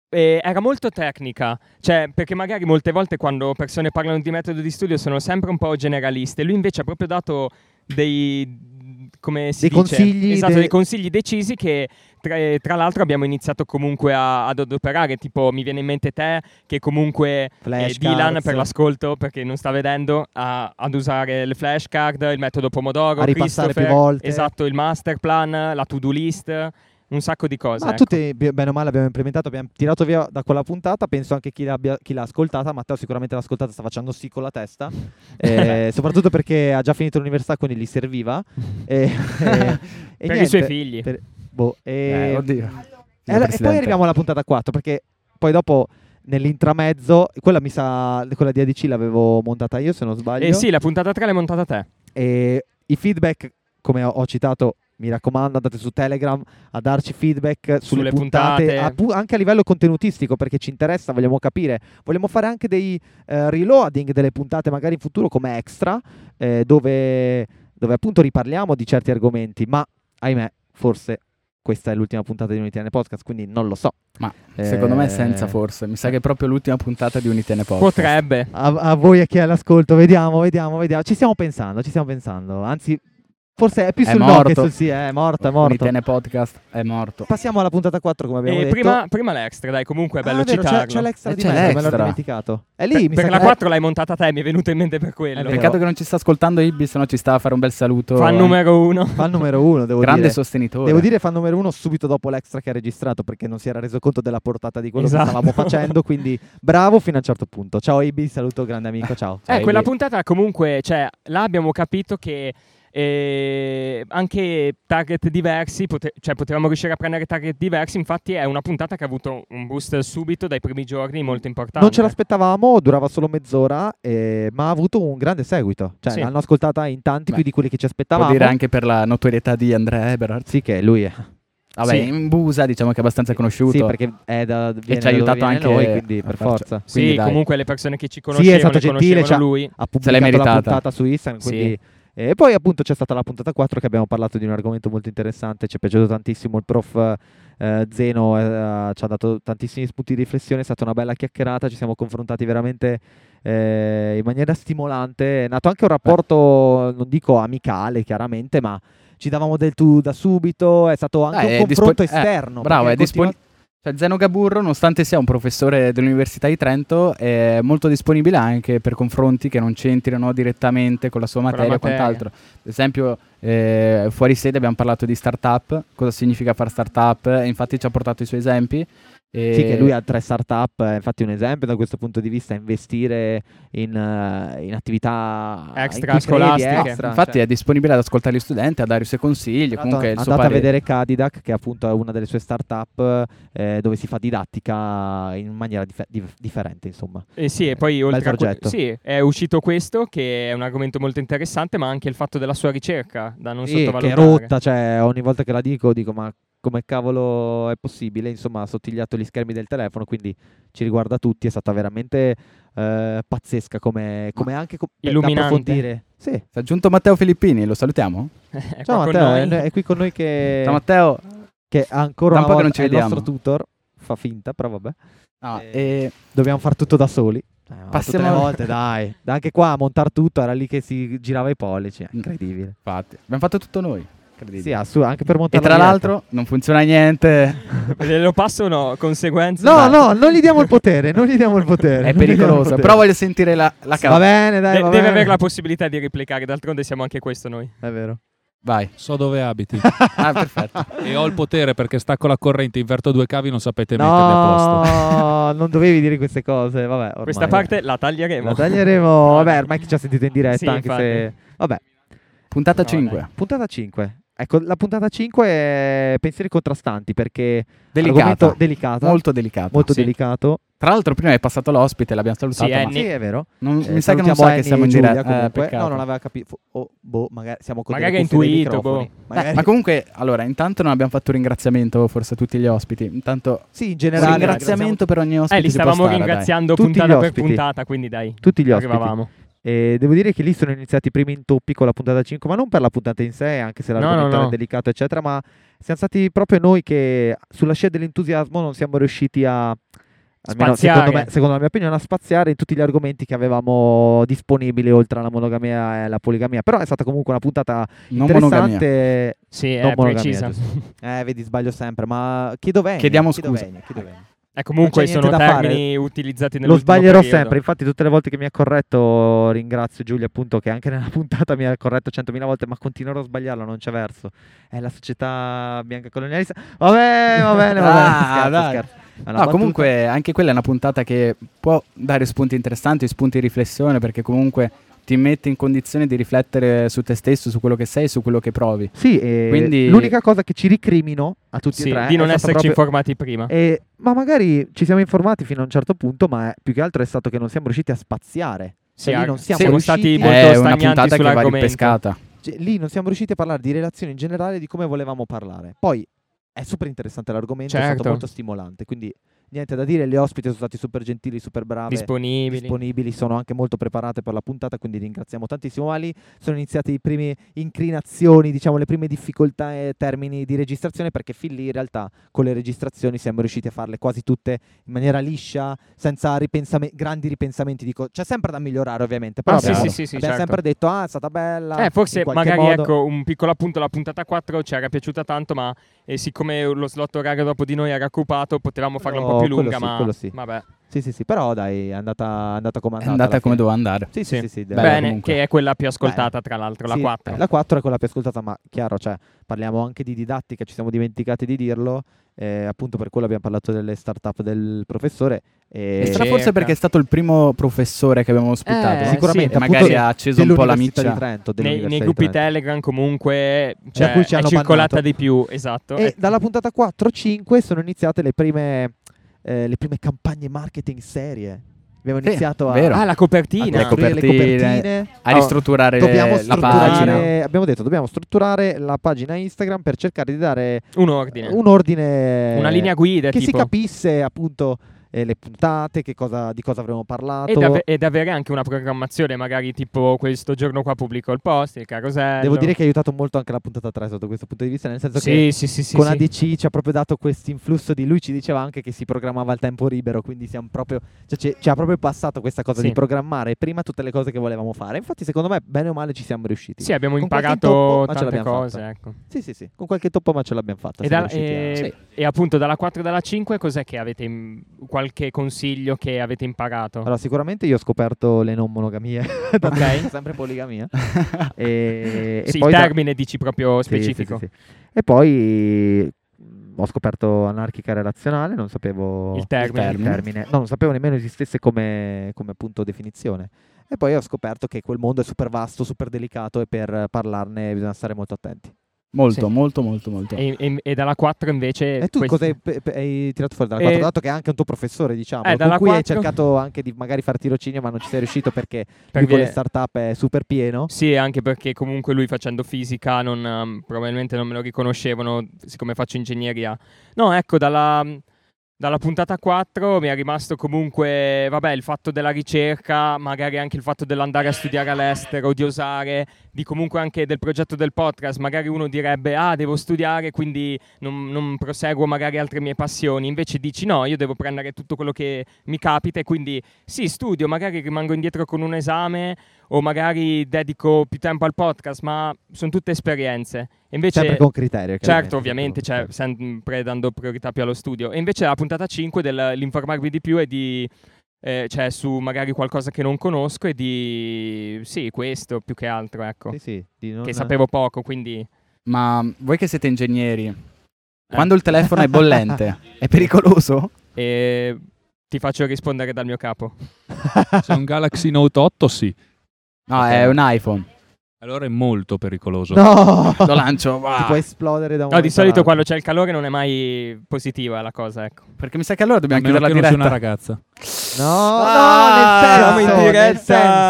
eh, era molto tecnica, cioè perché magari molte volte quando persone parlano di metodo di studio sono sempre un po' generaliste, lui invece ha proprio dato dei come si Dei dice? consigli esatto, de- dei consigli decisi che tra, tra l'altro abbiamo iniziato comunque a- ad adoperare, tipo mi viene in mente te che comunque Flash e Dylan cards. per l'ascolto perché non sta vedendo a- ad usare le flashcard, il metodo Pomodoro, A ripassare più Christopher, volte. Esatto, il master plan, la to-do list, un sacco di cose. Ma ecco. tutti, bi- bene o male, abbiamo implementato, abbiamo tirato via da quella puntata. Penso anche chi, l'abbia- chi l'ha ascoltata. Matteo, sicuramente l'ha ascoltata, sta facendo sì con la testa. Eh, soprattutto perché ha già finito l'università, quindi gli serviva. Eh, eh, e per niente, i suoi figli. per- boh, eh, Eh, oddio. E, alla- e poi arriviamo alla puntata 4 perché poi dopo nell'intramezzo, quella mi sa, quella di ADC l'avevo montata io se non sbaglio. Eh sì, la puntata 3 l'hai montata te. E i feedback, come ho, ho citato, mi raccomando andate su Telegram a darci feedback sulle, Sulle puntate. a pu- anche a livello contenutistico perché ci interessa, vogliamo capire, vogliamo fare anche dei eh, reloading delle puntate magari in futuro come extra eh, dove, dove appunto riparliamo di certi argomenti, ma ahimè forse questa è l'ultima puntata di Unity nel podcast, quindi non lo so. Ma Secondo me Eh, senza forse, mi sa che è proprio l'ultima puntata di Unitene Podcast. Potrebbe. a, a voi e chi è all'ascolto, vediamo, vediamo, vediamo. Ci stiamo pensando, ci stiamo pensando. Anzi, forse è più È sul no morto. che sul sì, eh, è morto, è morto. Unitene Podcast è morto. Passiamo alla puntata 4 come abbiamo Eh, detto. prima, prima l'extra, dai, comunque è bello Ah, vero, c'è, citarlo. c'è l'extra Eh, di c'è mezzo, me l'ho l'extra. dimenticato. È Eh, lì, Per- mi perché sa la che- 4 l'hai montata te, mi è venuto in mente per È quello. vero. Peccato che non ci sta ascoltando Ibbi, se no ci sta a fare un bel saluto. Fan numero 1. eh, Fan numero uno, devo Grande dire. sostenitore. Devo dire fan numero uno subito dopo l'extra che ha registrato perché non si era reso conto della portata di quello che Esatto. stavamo facendo, quindi bravo fino a un certo punto. Ciao Ibi, saluto grande amico, ciao. Eh, Cioè, quella lì- puntata comunque, cioè, là abbiamo capito che eh, anche target diversi, pote- cioè potevamo riuscire a prendere target diversi, infatti è una puntata che ha avuto un boost subito dai primi giorni molto importante. Non ce l'aspettavamo, durava solo mezz'ora, eh, ma ha avuto un grande seguito. Cioè, Sì. l'hanno ascoltata in tanti Beh, più di quelli che ci Può aspettavamo. dire anche per la notorietà di Andrea Eberhard. Sì, che lui è Vabbè, Sì. in Busa diciamo che è abbastanza conosciuto. Sì, perché è da, viene ci ha da dove aiutato viene anche noi, quindi a per farci- forza. Sì, Quindi dai. comunque le persone che ci Sì, è conoscevano, stato gentile, conoscevano cioè- lui. Ha pubblicato la meritata. puntata su Instagram, Sì. quindi... E poi appunto c'è stata la puntata 4 che abbiamo parlato di un argomento molto interessante, ci è piaciuto tantissimo il prof eh, Zeno, eh, ci ha dato tantissimi spunti di riflessione, è stata una bella chiacchierata, ci siamo confrontati veramente eh, in maniera stimolante, è nato anche un rapporto, non dico amicale chiaramente, ma ci davamo del tu da subito, è stato anche Dai, un è dispon- confronto eh, esterno. bravo, perché è dispon- continua- Cioè, Zeno Gaburro, nonostante sia un professore dell'Università di Trento, è molto disponibile anche per confronti che non c'entrino direttamente con la sua Con la materia e materia. quant'altro. Ad esempio, eh, fuori sede abbiamo parlato di startup, cosa significa fare startup, e infatti ci ha portato i suoi esempi. E Sì, che lui ha tre startup, eh, infatti un esempio da questo punto di vista è investire in, eh, in attività in Extra cui credi, scolastiche. extra, Infatti cioè, è disponibile ad ascoltare gli studenti, a dare i suoi consigli, tra l'altro comunque il suo andate a parere. vedere Cadidac, che appunto è una delle sue startup eh, dove si fa didattica in maniera dif- dif- differente, insomma. Eh sì, e poi oltre a que- progetto. sì, è uscito questo che è un argomento molto interessante, ma anche il fatto della sua ricerca da non Sì, che è sottovalutare. rotta, cioè ogni volta che la dico dico ma come cavolo è possibile, insomma ha sottigliato gli schermi del telefono, quindi ci riguarda tutti, è stata veramente eh, pazzesca come, come anche co- per- da Illuminante. approfondire. Sì. Si è aggiunto Matteo Filippini, lo salutiamo? È Ciao qua Ecco, con Matteo, noi. è, è qui con noi che, Ciao Matteo. che ancora da un una po' che volta non ci è il vediamo. nostro tutor, fa finta, però vabbè, Ah, Eh, e dobbiamo far tutto da soli. Eh, ma Passiamo- Tutte le volte, dai. Da Anche qua a montar tutto era lì che si girava i pollici, è Mm. incredibile. infatti, abbiamo fatto tutto noi. credetemi. Sì, assu- anche per e montare tra l'altro non funziona niente, Le- Lo passo o no? Conseguenze? No, eh, no, non gli diamo il potere, non gli diamo il potere. è non gli diamo il pericoloso, potere. però voglio sentire la, la Sì, Va causa. bene, dai, De- va deve bene. avere la possibilità di replicare, d'altronde siamo anche questo noi. È vero. Vai. So dove abiti Ah, perfetto. e ho il potere perché stacco la corrente, inverto due cavi, non sapete metterli a posto. No, non dovevi dire queste cose, vabbè, ormai. Questa parte la taglieremo. la taglieremo. Vabbè, ormai chi ci ha sentito in diretta, Sì, anche infatti. se Vabbè, Puntata No, 5. puntata 5. Ecco, la puntata 5 è pensieri contrastanti perché Delicata. argomento delicato, molto, Molto delicata. sì. delicato. Tra l'altro prima è passato l'ospite, l'abbiamo salutato. Sì, ma Annie. Sì, è vero. non- Eh, mi sa che non salutiamo sa Annie che siamo in e Giulia, diretta. Eh, comunque. peccato. no, non aveva capito. Oh, boh, magari siamo con Magari delle ha cuffie dei intuito, microfoni. boh. Dai, Magari- ma comunque, allora, intanto non abbiamo fatto un ringraziamento forse a tutti gli ospiti. Intanto sì, in un generale. diciamo. ringraziamento per ogni ospite. Eh, li ci può stavamo stare, dai. ringraziando Tutti gli puntata per ospiti. puntata, quindi dai, Tutti gli ospiti. arrivavamo. E devo dire che lì sono iniziati i primi intoppi con la puntata 5, ma non per la puntata in sé, anche se No, l'argomento no, no. era delicato, eccetera, ma siamo stati proprio noi che sulla scia dell'entusiasmo non siamo riusciti a almeno Spaziare. secondo, me- secondo la mia opinione, a spaziare in tutti gli argomenti che avevamo disponibili oltre alla monogamia e alla poligamia. Però è stata comunque una puntata Non monogamia. interessante. Sì, Non è monogamia, precisa. giusto. Eh, vedi, sbaglio sempre, ma chiedo bene. Chiediamo chiedo scusa. bene, chiedo bene. Eh, comunque Non c'è sono niente da termini utilizzati Lo nell'ultimo sbaglierò periodo. sempre, infatti tutte le volte che mi ha corretto ringrazio Giulia appunto che anche nella puntata mi ha corretto centomila volte ma continuerò a sbagliarlo, non c'è verso. È la società bianca colonialista. Vabbè, va bene, va bene. Ah, scherzo, dai. scherzo. È una No, battuta. comunque anche quella è una puntata che può dare spunti interessanti, spunti di riflessione, perché comunque ti mette in condizione di riflettere su te stesso, su quello che sei, su quello che provi. Sì, e Quindi- l'unica cosa che ci ricrimino a tutti Sì, e tre di non è stata esserci proprio- informati prima. e- ma magari ci siamo informati fino a un certo punto, ma eh, più che altro è stato che non siamo riusciti a spaziare. Sì, Cioè, lì ah, non siamo siamo riusciti- stati È molto è una stagnanti puntata che va sull'argomento. ripescata. Cioè, lì non siamo riusciti a parlare di relazioni in generale, di come volevamo parlare. Poi è super interessante l'argomento, è stato Certo. molto stimolante, quindi niente da dire, le ospiti sono stati super gentili, super brave, disponibili. disponibili, sono anche molto preparate per la puntata, quindi ringraziamo tantissimo Ali. Sono iniziate i primi inclinazioni, diciamo le prime difficoltà e termini di registrazione perché fin lì in realtà con le registrazioni siamo riusciti a farle quasi tutte in maniera liscia, senza ripensame- grandi ripensamenti di cose. C'è sempre da migliorare ovviamente, però Ah, sì, abbiamo- sì, sì, sì, abbiamo certo. sempre detto "Ah, è stata bella". Eh, forse in qualche magari modo. ecco un piccolo appunto la puntata 4 ci era piaciuta tanto, ma eh, siccome lo slot orario dopo di noi era occupato, potevamo farla un No, po' più quello lunga, sì, ma quello sì. vabbè. Sì, sì, sì, però dai, è andata, è andata come È andata. alla andata come fine. doveva andare. Sì, sì, Sì. sì, sì, dai. Bella Bene, comunque. che è quella più ascoltata tra l'altro, Sì, la 4. La 4 è quella più ascoltata, ma chiaro, cioè, parliamo anche di didattica, ci siamo dimenticati di dirlo, eh, appunto per quello abbiamo parlato delle startup del professore. eh, E sarà Cerca. forse perché è stato il primo professore che abbiamo ospitato. Eh, sicuramente, E appunto, magari ha acceso un po' la dell'Università miccia. di Trento, Nei, dell'Università nei di gruppi Trento. Telegram comunque cioè, cui ci è hanno circolata bannato. di più, esatto. E Eh, dalla puntata 4-5 sono iniziate le prime, eh, le prime campagne marketing serie. Abbiamo Sì, iniziato a, vero. ah, la a copertina. Ecco, costruire le copertine, copertine. A ristrutturare Dobbiamo la pagina. strutturare, abbiamo detto, dobbiamo strutturare la pagina Instagram per cercare di dare un ordine. un ordine, Una linea guida che si Cioè, tipo. capisse appunto eh, eh, le puntate, che cosa- di cosa avremmo parlato. Ed, ave- eh, ed avere anche una programmazione, magari tipo questo giorno qua pubblico il post, il carosello. Devo dire che ha aiutato molto anche la puntata 3 sotto questo punto di vista, nel senso che sì, sì, sì, sì, con sì. ADC ci ha proprio dato questo influsso di lui, ci diceva anche che si programmava il tempo libero, quindi siamo proprio, cioè, ci, ci ha proprio passato questa cosa Sì. di programmare prima tutte le cose che volevamo fare. Infatti secondo me bene o male ci siamo riusciti. Sì, abbiamo Con qualche imparato intoppo, ma ce tante l'abbiamo cose. fatta. Ecco. Sì, sì, sì, con qualche toppo ma ce l'abbiamo fatta. E, siamo da- riusciti a- e- Sì. e appunto dalla 4 e dalla 5 cos'è che avete im- qualche consiglio che avete imparato? Allora, sicuramente io ho scoperto le non monogamie, da- Ok. sempre poligamia. e, e sì, poi il da- termine dici proprio Sì, sì, sì, specifico. sì. E poi mh, ho scoperto anarchica relazionale, non sapevo Il termine. termine. No, non sapevo nemmeno esistesse come, come appunto definizione. E poi ho scoperto che quel mondo è super vasto, super delicato e per parlarne bisogna stare molto attenti. Molto, Sì. molto, molto, molto. E, e- e dalla 4 invece... E tu questo- cosa hai, pe- pe- hai tirato fuori dalla Eh, 4? Dato che è anche un tuo professore, diciamo, eh, con dalla cui hai quattro- cercato anche di magari fare tirocinio, ma non ci sei riuscito perché, lui perché- con le startup è super pieno. Sì, anche perché comunque lui facendo fisica non, ehm, probabilmente non me lo riconoscevano, siccome faccio ingegneria. No, ecco, dalla, dalla puntata 4 mi è rimasto comunque, vabbè, il fatto della ricerca, magari anche il fatto dell'andare a studiare all'estero, di osare, di comunque anche del progetto del podcast. Magari uno direbbe, ah, devo studiare, quindi non, non proseguo magari altre mie passioni. Invece dici, no, io devo prendere tutto quello che mi capita e quindi sì, studio, magari rimango indietro con un esame o magari dedico più tempo al podcast, ma sono tutte esperienze. E Invece, Sempre con criterio. certo, chiaramente, ovviamente, cioè, sempre. sempre dando priorità più allo studio. E invece la puntata 5 dell'informarvi di più è di... eh, cioè su magari qualcosa che non conosco e di... Sì, questo più che altro, ecco. Sì, sì, di non- Che sapevo poco, quindi... Ma voi che siete Eh. ingegneri, quando il telefono è bollente, è pericoloso? E ti faccio rispondere dal mio capo. C'è un Galaxy Note 8, sì. No, è un iPhone. Allora è molto pericoloso. No! Lo lancio, Ti va. può esplodere da un No, momento di solito all'altro. quando c'è il calore non è mai positiva la cosa, ecco. Perché mi sa che allora A dobbiamo meno chiudere la che non sia una diretta. ragazza. No, Ah, no, nel siamo senso, in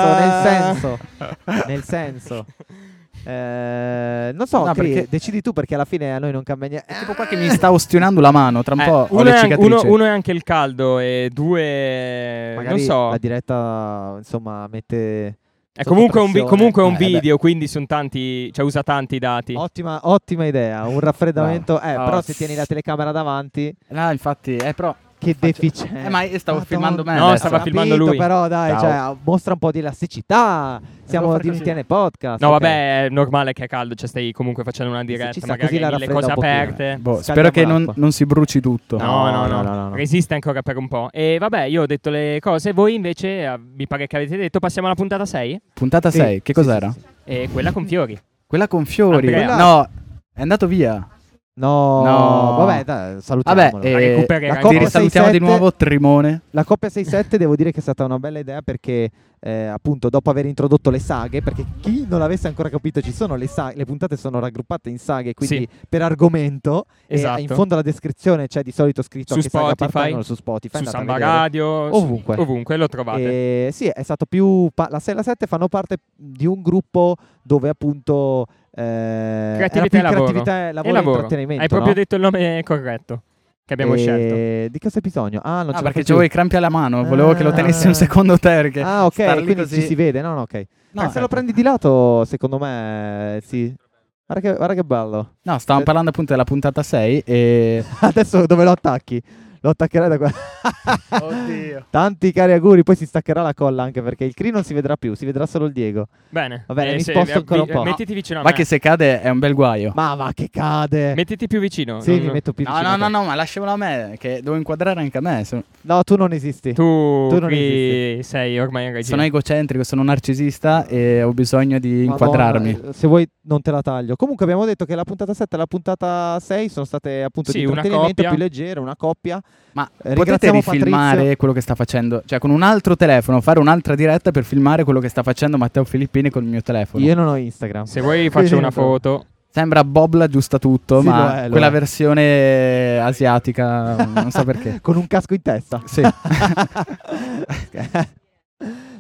nel diretta. senso, nel senso, nel senso. Eh, non so, No, Cri, perché- decidi tu perché alla fine a noi non cambia niente. Eh, Tipo qua che mi sta ostinando la mano, tra un Eh, po' ho uno, le è, an- cicatrici. uno- uno è anche il caldo e due... Magari non so. la diretta, insomma, mette È sotto comunque un, vi- pressione. comunque è un Eh, beh. video, quindi sono tanti, cioè usa tanti dati. ottima, ottima idea, un raffreddamento. Eh, Bravo. però se tieni la telecamera davanti, No, infatti, eh, però... che deficienza. Eh, ma io stavo filmando me No, adesso. eh. stava Capito, filmando lui. Però dai, Ciao. cioè, mostra un po' di elasticità. Siamo fare di così. Unity nel podcast. No, ok. vabbè, è normale che è caldo, cioè stai comunque facendo una diretta, ci sta, magari così la hai le cose raffredda un pochino. aperte. Boh, Scaldiamo spero che non, l'acqua. non si bruci tutto. No, no, No, no, no, no, no. Resiste ancora per un po'. E vabbè, io ho detto le cose, voi invece eh, mi pare che avete detto, passiamo alla puntata 6 Puntata Sì, 6, che sì, cos'era? sì, sì, sì. e quella con Fiori. Quella con Fiori. Andrea. No, è andato via. No, No. vabbè, dai, Vabbè, salutiamolo. La eh, recupererà. ti La coppia risalutiamo 6-7. di nuovo Trimone. La coppia 6-7 devo dire che è stata una bella idea perché eh, appunto dopo aver introdotto le saghe, perché chi non l'avesse ancora capito ci sono le saghe, le puntate sono raggruppate in saghe, quindi per argomento Esatto. e in fondo alla descrizione c'è di solito scritto Su a che saga Spotify, appartengono, su Spotify, su andate a Samba vedere. Radio, su- Ovunque. ovunque lo trovate. E sì, è stato più pa- la 6 e la 7 fanno parte di un gruppo dove appunto eh, era Creatività più e lavoro. creatività e E lavoro e lavoro. intrattenimento, Hai proprio no? detto il nome corretto che abbiamo E scelto. Eh, Di cosa hai bisogno? Ah, non Ah, ce perché c'è c'avevo i crampi alla mano. Volevo che lo Ah. tenessi un secondo te. Perché Ah, ok, starli quindi così- ci si vede. No, no, ok. No, certo. ecco. Ma se lo prendi di lato, secondo me, eh, sì. Guarda che, guarda che bello. No, stavamo parlando appunto della puntata 6 e... Adesso dove lo attacchi? Lo attaccherai da qua. Tanti cari auguri, poi si staccherà la colla anche perché il Cri non si vedrà più, si vedrà solo il Diego. Bene, Eh, Va bene, mi se- sposto ancora un po'. Mettiti vicino a Ma me. che se cade è un bel guaio. Ma va che cade. Mettiti più vicino. sì, non- mi metto più No, vicino no, a no, te. no, ma lasciamolo a me, che devo inquadrare anche a me. Sono, No, tu non esisti. Tu, Tu non qui sei ormai in regia. sono egocentrico, sono un narcisista e ho bisogno di Madonna, inquadrarmi. eh, se vuoi non te la taglio. Comunque abbiamo detto che la puntata 7 e la puntata 6 sono state appunto Sì, di una intrattenimento coppia. più leggere, una coppia. Ma potete Eh, ringraziamo rifilmare Patrizio. quello che sta facendo? Cioè, con un altro telefono, fare un'altra diretta per filmare quello che sta facendo Matteo Filippini col mio telefono. Io non ho Instagram. Se vuoi faccio una dentro. foto. Sembra Bobla giusta tutto, Sì, ma lo è, lo quella è. versione asiatica, non so perché. Con un casco in testa. Sì. Ok.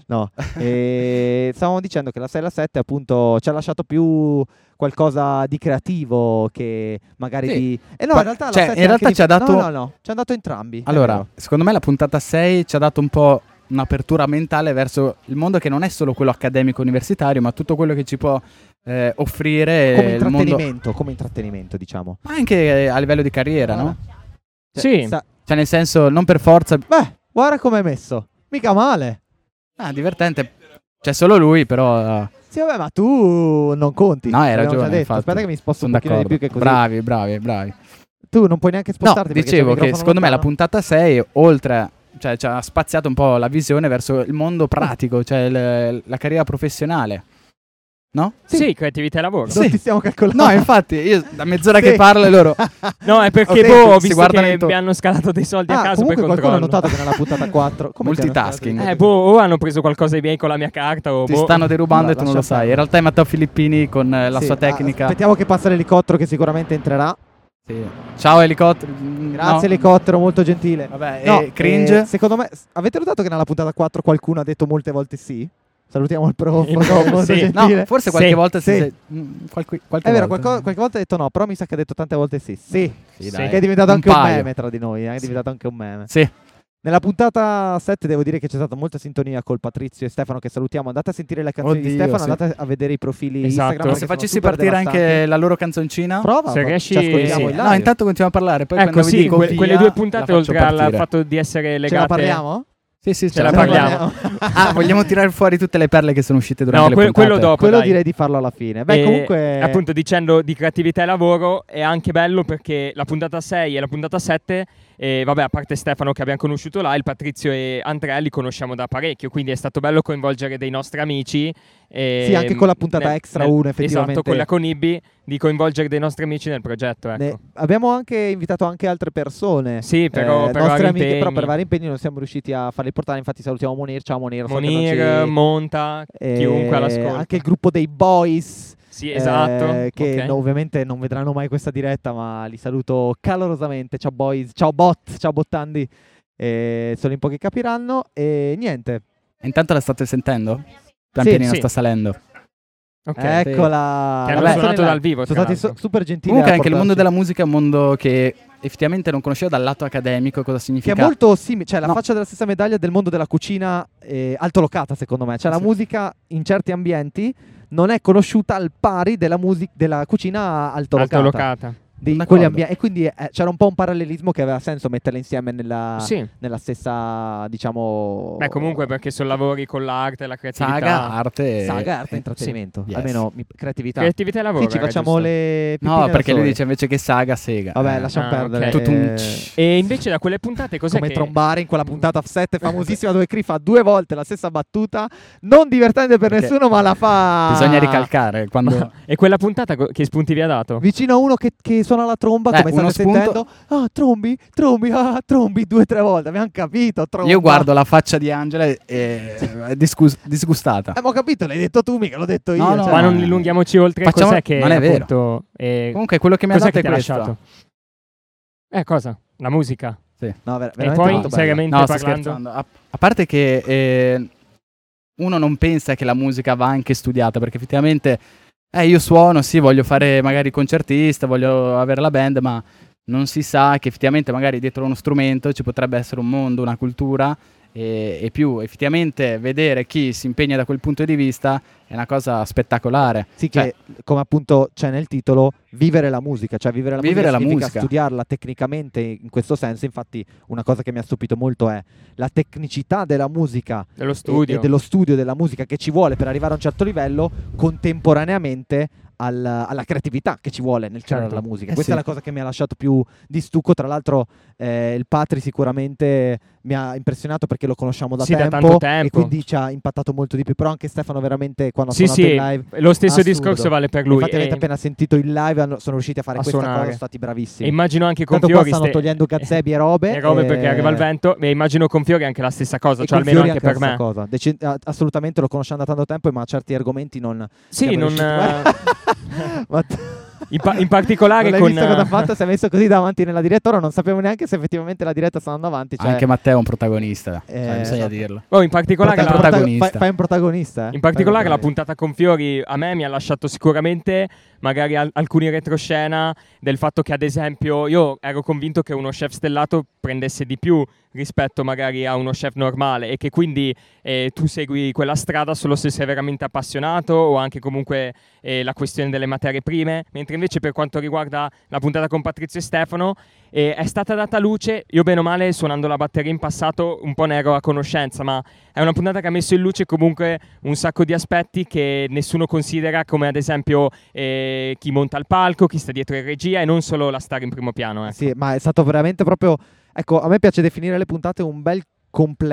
No, e stavamo dicendo che la 6 e la 7 appunto ci ha lasciato più qualcosa di creativo che magari Sì. di... Eh no, Pa- in realtà la cioè, 7 in realtà anche ci ha dato- No, no, no, ci hanno dato entrambi. è Allora, vero. secondo me la puntata 6 ci ha dato un po' un'apertura mentale verso il mondo che non è solo quello accademico universitario, ma tutto quello che ci può eh, offrire come il mondo intrattenimento, come intrattenimento diciamo. ma anche eh, a livello di carriera, no? Ah. Sì. sa- Cioè nel senso non per forza Beh, guarda come è messo. Mica male. ah, divertente. C'è solo lui, però eh, Sì, vabbè, ma tu non conti. No, hai l'abbiamo ragione, già detto. infatti. Aspetta che mi sposto sono un pochino d'accordo. di più che così. Bravi, bravi, bravi. Tu non puoi neanche No, spostarti. perché c'è il dicevo che microfono secondo me la lontano. puntata 6 oltre cioè ci ha spaziato un po' la visione verso il mondo pratico, cioè il- la carriera professionale. No? Sì, creatività e lavoro. Sì. Non ti stiamo calcolando. No, infatti, io da mezz'ora Sì. che parlo e loro No, è perché Ho boh, sentito, ho si visto guardano che intorno. mi hanno scalato dei soldi a Ah, caso per comunque qualcuno ha controllo. notato che nella puntata 4 come che hanno Multitasking. notato? Eh, boh, o hanno preso qualcosa di miei con la mia carta o ti boh. stanno derubando No, e tu non lo lascia sai. perdere. In realtà è Matteo Filippini con eh, la Sì, sua ah, tecnica. Aspettiamo che passa l'elicottero che sicuramente entrerà. Sì. Ciao elicottero. Mm, no. Grazie elicottero, molto gentile. Vabbè, No, eh, cringe. eh, secondo me s- avete notato che nella puntata 4 qualcuno ha detto molte volte sì? Salutiamo il prof, Il prof, molto sì. No, gentile. forse qualche Sì, volta si sì. se- mm, qualche, qualche È vero, volta. qualco- qualche volta ha detto no, però mi sa che ha detto tante volte sì. Sì, Sì, Sì, dai. che è diventato Un anche paio. un meme tra di noi, eh, è Sì. diventato anche un meme. Sì. Nella puntata 7 devo dire che c'è stata molta sintonia col Patrizio e Stefano che salutiamo. Andate a sentire le canzoni Oddio, di Stefano, sì. andate a vedere i profili Esatto. Instagram. Ma Se che facessi sono super partire devastanti. anche la loro canzoncina. Prova, Se fa- riesci- ci ascoltiamo sì. in No, live. intanto continuiamo a parlare. Poi Ecco, quando vi sì, dico que- via, quelle due la puntate faccio oltre al partire. fatto di essere legate Ce la parliamo? Sì, sì, Ce la parliamo. Ecco, Ah, vogliamo tirare fuori tutte le perle che sono uscite No, durante que- le puntate. quello dopo, Quello dai. direi di farlo alla fine. Beh, E, comunque Appunto, dicendo di creatività e lavoro, è anche bello perché la puntata 6 e la puntata 7, eh, vabbè, a parte Stefano che abbiamo conosciuto là, il Patrizio e Andrea li conosciamo da parecchio, quindi è stato bello coinvolgere dei nostri amici. eh, Sì, anche con la puntata extra uno, effettivamente. Esatto, quella con Ibi, di coinvolgere dei nostri amici nel progetto, ecco. ne- abbiamo anche invitato anche altre persone. Sì, però, eh, nostre per vari amiche, però impegni. per vari impegni non siamo riusciti a farli portare. Infatti, salutiamo Monir. Ciao Monir. so che non Monir, ci- Monta, eh, chiunque all'ascolto. Anche il gruppo dei Boys. Sì, eh, esatto. che ok. no- ovviamente non vedranno mai questa diretta, ma li saluto calorosamente. Ciao Boys, ciao Bot, ciao Bottandi. Eh, solo in pochi capiranno. E niente. Intanto la state sentendo? Pian Sì, pianino sì. sta salendo. Ok. Eccola. Che La hanno canzone suonato là. dal vivo, eh, Sono tra stati so- l'altro. super gentili. Comunque a anche il mondo portarci. della musica è un mondo che effettivamente non conoscevo dal lato accademico cosa Che significa. è molto simile, cioè la No. faccia della stessa medaglia del mondo della cucina eh, altolocata, secondo me. Cioè la Sì. musica in certi ambienti non è conosciuta al pari della, music- della cucina altolocata. Altolocata. di D'accordo. quegli ambien- e quindi eh, c'era un po' un parallelismo che aveva senso metterle insieme nella, Sì. nella stessa, diciamo... Beh, comunque perché sono lavori con l'arte e la creatività. saga, arte. e- Saga, arte, e- intrattenimento. Yes. Almeno mi- creatività. Creatività e lavoro. Qui ci era facciamo giusto. le... No, pipine da perché lui soli. dice invece che saga, sega. Vabbè, Eh. lasciamo Ah, perdere. ok. Tutum. eh, E invece da quelle puntate cos'è come che... trombare in quella Mm. puntata 7 famosissima dove Cree fa due volte la stessa battuta, non divertente per Perché nessuno, ma la fa. Bisogna ricalcare quando... Ma- E quella puntata co- che spunti vi ha dato? Vicino a uno che, che suona la tromba, Eh, come uno state spunto- sentendo, ah, trombi, trombi, ah, trombi, due o tre volte, abbiamo capito, tromba. Io guardo la faccia di Angela e- e è discus- disgustata. Eh, ma ho capito, l'hai detto tu, mica l'ho detto io. No, no, cioè. Ma non dilunghiamoci oltre. Facciamo- Cos'è che... non è vero. appunto, eh, Comunque quello che mi ha cos'è dato che è ti ha questo. lasciato? Eh, cosa? La musica. No, ver- E veramente poi, molto bello. seriamente No, sto parlando... scherzando. A, a parte che eh, uno non pensa che la musica va anche studiata, perché effettivamente eh, io suono, sì, voglio fare magari concertista, voglio avere la band, ma non si sa che effettivamente magari dietro uno strumento ci potrebbe essere un mondo, una cultura e, e più. Effettivamente vedere chi si impegna da quel punto di vista è una cosa spettacolare. Sì, che come appunto c'è nel titolo, vivere la musica, cioè vivere la Vivere musica la significa musica. studiarla tecnicamente in questo senso. Infatti, una cosa che mi ha stupito molto è la tecnicità della musica Dello e- studio. e dello studio della musica che ci vuole per arrivare a un certo livello contemporaneamente al- alla creatività che ci vuole nel creare Certo. la musica. Eh Questa sì. è la cosa che mi ha lasciato più di stucco. Tra l'altro, eh, il Patri sicuramente mi ha impressionato perché lo conosciamo da, Sì, da tempo, tanto tempo. e quindi ci ha impattato molto di più. Però anche Stefano, veramente, quando ha Sì, suonato sì, in live. lo stesso assurdo. discorso vale per lui. Infatti, e- avete appena sentito il live, hanno- sono riusciti a fare a questa cosa, suonare. sono stati e bravissimi. immagino anche con Intanto qua Fiori... stanno ste- togliendo gazzebi e robe. E robe eh, perché arriva il vento. E immagino con Fiori anche la stessa cosa, e cioè con almeno Fiori anche per la me. stessa cosa. Deci- a- assolutamente lo conosciamo da tanto tempo, ma certi argomenti non, Sì, siamo non... riusciti- eh, Ma- In, pa- in particolare non hai con... eh, visto cosa ha fatto? Si è messo così davanti nella diretta. Ora non sappiamo neanche se effettivamente la diretta sta andando avanti. Cioè, Anche Matteo è un protagonista, Eh, cioè, bisogna esatto. dirlo. Oh, in particolare fai un la- protago- la... protagonista. fai- fai un protagonista. eh. In particolare Fai la un protagonista. puntata con Fiori a me mi ha lasciato sicuramente magari al- alcuni retroscena del fatto che ad esempio io ero convinto che uno chef stellato prendesse di più rispetto magari a uno chef normale e che quindi eh, tu segui quella strada solo se sei veramente appassionato o anche comunque eh, la questione delle materie prime, mentre invece per quanto riguarda la puntata con Patrizio e Stefano eh, è stata data luce, io bene o male suonando la batteria in passato un po' ne ero a conoscenza, ma è una puntata che ha messo in luce comunque un sacco di aspetti che nessuno considera, come ad esempio eh, chi monta il palco, chi sta dietro in regia e non solo la star in primo piano. ecco. Sì, ma è stato veramente proprio. Ecco, a me piace definire le puntate un bel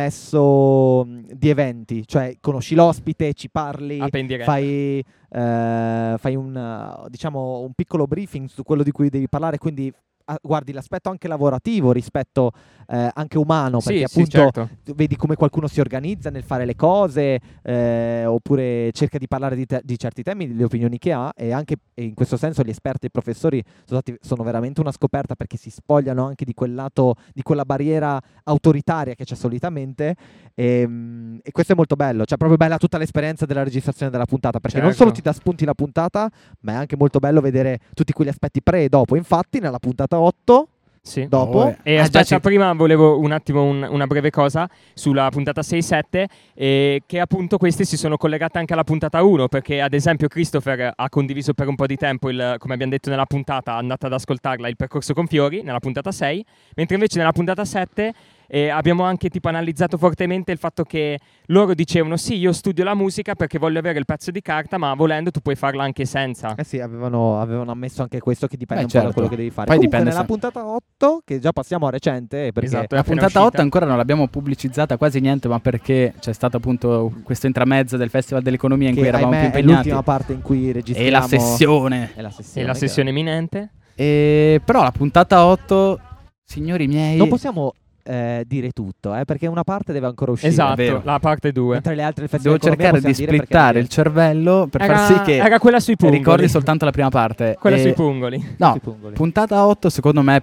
complesso mh, di eventi. Cioè, conosci l'ospite, ci parli, Ah, in diretta. fai, eh, fai un, eh, diciamo, un piccolo briefing su quello di cui devi parlare, quindi ah, guardi l'aspetto anche lavorativo rispetto eh, anche umano, Sì, perché sì, appunto certo. vedi come qualcuno si organizza nel fare le cose, eh, oppure cerca di parlare di, te- di certi temi, delle opinioni che ha, e anche e in questo senso gli esperti e i professori sono, stati- sono veramente una scoperta perché si spogliano anche di quel lato, di quella barriera autoritaria che c'è solitamente. Ehm, E, questo è molto bello, cioè proprio bella tutta l'esperienza della registrazione della puntata, perché non Certo. solo ti dà spunti la puntata, ma è anche molto bello vedere tutti quegli aspetti pre e dopo. Infatti, nella puntata 8, Sì. dopo... Oh, eh. E Ah, già aspetta, ci- prima volevo un attimo un- una breve cosa sulla puntata 6-7, eh, che appunto queste si sono collegate anche alla puntata 1, perché ad esempio Christopher ha condiviso per un po' di tempo, il, come abbiamo detto nella puntata, andate ad ascoltarla, il percorso con Fiori, nella puntata 6, mentre invece nella puntata 7 eh, abbiamo anche tipo analizzato fortemente il fatto che loro dicevano sì, io studio la musica perché voglio avere il pezzo di carta, ma volendo tu puoi farla anche senza. Eh sì, avevano, avevano ammesso anche questo che dipende Beh, un po' da certo. quello che devi fare. Poi Comunque dipende nella se- puntata 8, che già passiamo a recente, eh, perché Esatto, è La appena puntata uscita. 8 ancora non l'abbiamo pubblicizzata quasi niente, ma perché c'è stato appunto questo intramezzo del Festival dell'Economia in che, cui eravamo ahimè, più è l'ultima impegnati. parte in cui E registriamo... la sessione. È la E sessione. la che- sessione imminente? E- Però la puntata 8, signori miei, Non possiamo eh, dire tutto, eh, perché una parte deve ancora uscire. esatto, vero. la parte 2. Mentre le altre del devo Festival cercare di Economia possiamo dire perché splittare il non cervello per era, far sì che era quella sui pungoli. ricordi soltanto la prima parte. Quella E- sui pungoli. No, abbiamo tutti i pungoli. Puntata 8 secondo me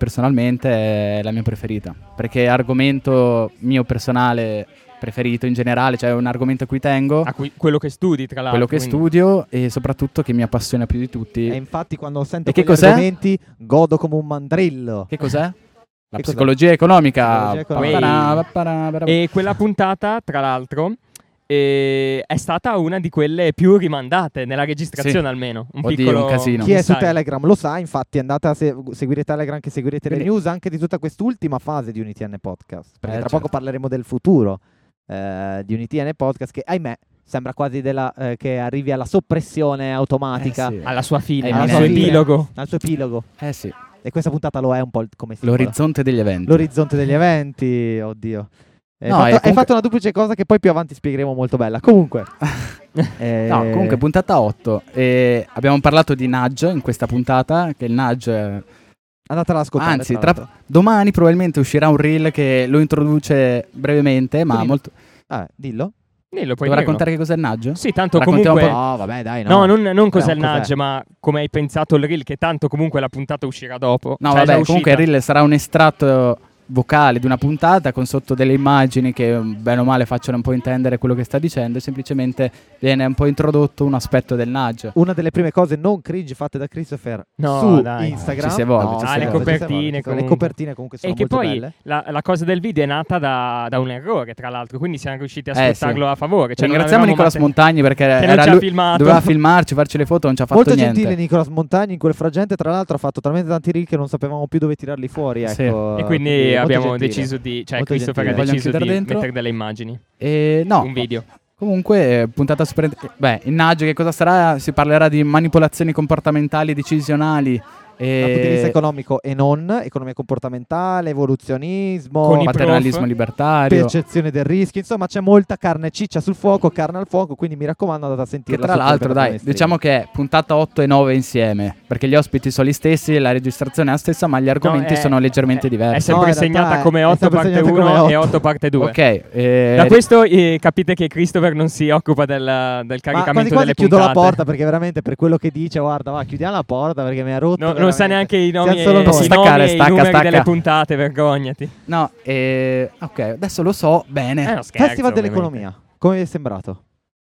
personalmente è la mia preferita, perché è argomento mio personale preferito in generale, cioè è un argomento a cui tengo, A cui- quello che studi, tra l'altro. quello che quindi. studio e soprattutto che mi appassiona più di E tutti. infatti quando sento E che quegli cos'è? argomenti godo come un mandrillo. Che cos'è? La eh, cos'è? psicologia economica. Psicologia economica. Parà, parà, parà. E quella puntata, tra l'altro, eh, è stata una di quelle più rimandate nella registrazione Sì. almeno. Un Oddio, piccolo un casino. Chi è su insight. Telegram lo sa, infatti andate a se- seguire Telegram che seguirete le Quindi- news anche di tutta quest'ultima fase di UnityN Podcast, perché Eh, tra certo. poco parleremo del futuro eh, di UnityN Podcast che ahimè sembra quasi della- eh, che arrivi alla soppressione automatica, Eh sì. Alla sua fine, Eh, al non suo è vero. epilogo. al suo epilogo. Eh sì, E questa puntata lo è un po' il- come si l'orizzonte degli eventi. L'orizzonte degli eventi, oddio. No, è Hai, fatto, hai comunque- fatto una duplice cosa che poi più avanti spiegheremo molto bella. Comunque, eh, No, comunque puntata 8 e abbiamo parlato di nudge in questa puntata, che il nudge è andatela ad ascoltare. Anzi, tra tra- l'altro. domani probabilmente uscirà un reel che lo introduce brevemente, ma Quindi- molto... Ah, dillo. Dillo, puoi Devo dirlo. raccontare che cos'è il nudge? Sì, tanto Raccontiamo comunque... un No, vabbè, dai, No, non, non cos'è Eh, il cos'è? nudge, ma come hai pensato il reel, che tanto comunque la puntata uscirà dopo. No, Cioè, è già vabbè, uscita. comunque il reel sarà un estratto vocale di una puntata con sotto delle immagini che mm, bene o male facciano un po' intendere quello che sta dicendo e semplicemente viene un po' introdotto un aspetto del nudge. una delle prime cose non cringe fatte da Christopher No, su dai. Instagram. Ci si evolve, ci Ah, si le evolve. copertine ci si evolve. comunque. Le copertine comunque sono E che molto poi belle. la, la cosa del video è nata da, da un errore, tra l'altro, quindi siamo riusciti a Eh, sì. sfruttarlo a favore. Cioè, non Ringraziamo Nicola avevamo mater- Smontagni perché non era ci ha lui- filmato. doveva filmarci, farci le foto, non ci ha fatto Molto niente. gentile Nicolas Montagni in quel frangente, tra l'altro ha fatto talmente tanti reel che non sapevamo più dove tirarli fuori. Sì. Ecco. E quindi eh, molto abbiamo gentile. deciso di. Cioè, Molto Christopher gentile. ha Vogliamo deciso di chiudere dentro? mettere delle immagini, E no, un video. Comunque, eh, puntata super. Beh, in Nudge che cosa sarà? Si parlerà di manipolazioni comportamentali e decisionali E- Dal punto di Eh, vista economico e non, economia comportamentale, evoluzionismo, Con i pat- paternalismo prof. libertario. percezione del rischio, insomma c'è molta carne ciccia sul fuoco, carne al fuoco, quindi mi raccomando andate a Che sentirla. tra su l'altro, Twitter, dai, Tony diciamo che è puntata 8 e 9 insieme, perché gli ospiti sono gli stessi, la registrazione è la stessa, ma gli argomenti è- sono leggermente è- eh, È diversi. sempre No, in segnata realtà è- come è 8 sempre parte segnata 1 come e 8. 8 parte 2. Ok, eh, Da questo eh, capite che Christopher non si occupa del, del Ma caricamento quasi quasi delle chiudo la puntate. porta perché veramente per quello che dice, guarda, va, chiudiamo la porta perché mi ha rotto. No, non sa veramente. neanche i nomi, Siamo solo e, noi. i, Staccare, nomi e i stacca, numeri stacca. delle puntate, vergognati. no, eh, ok, adesso lo so bene. Eh, no, scherzo, Festival ovviamente. dell'economia, come vi è sembrato?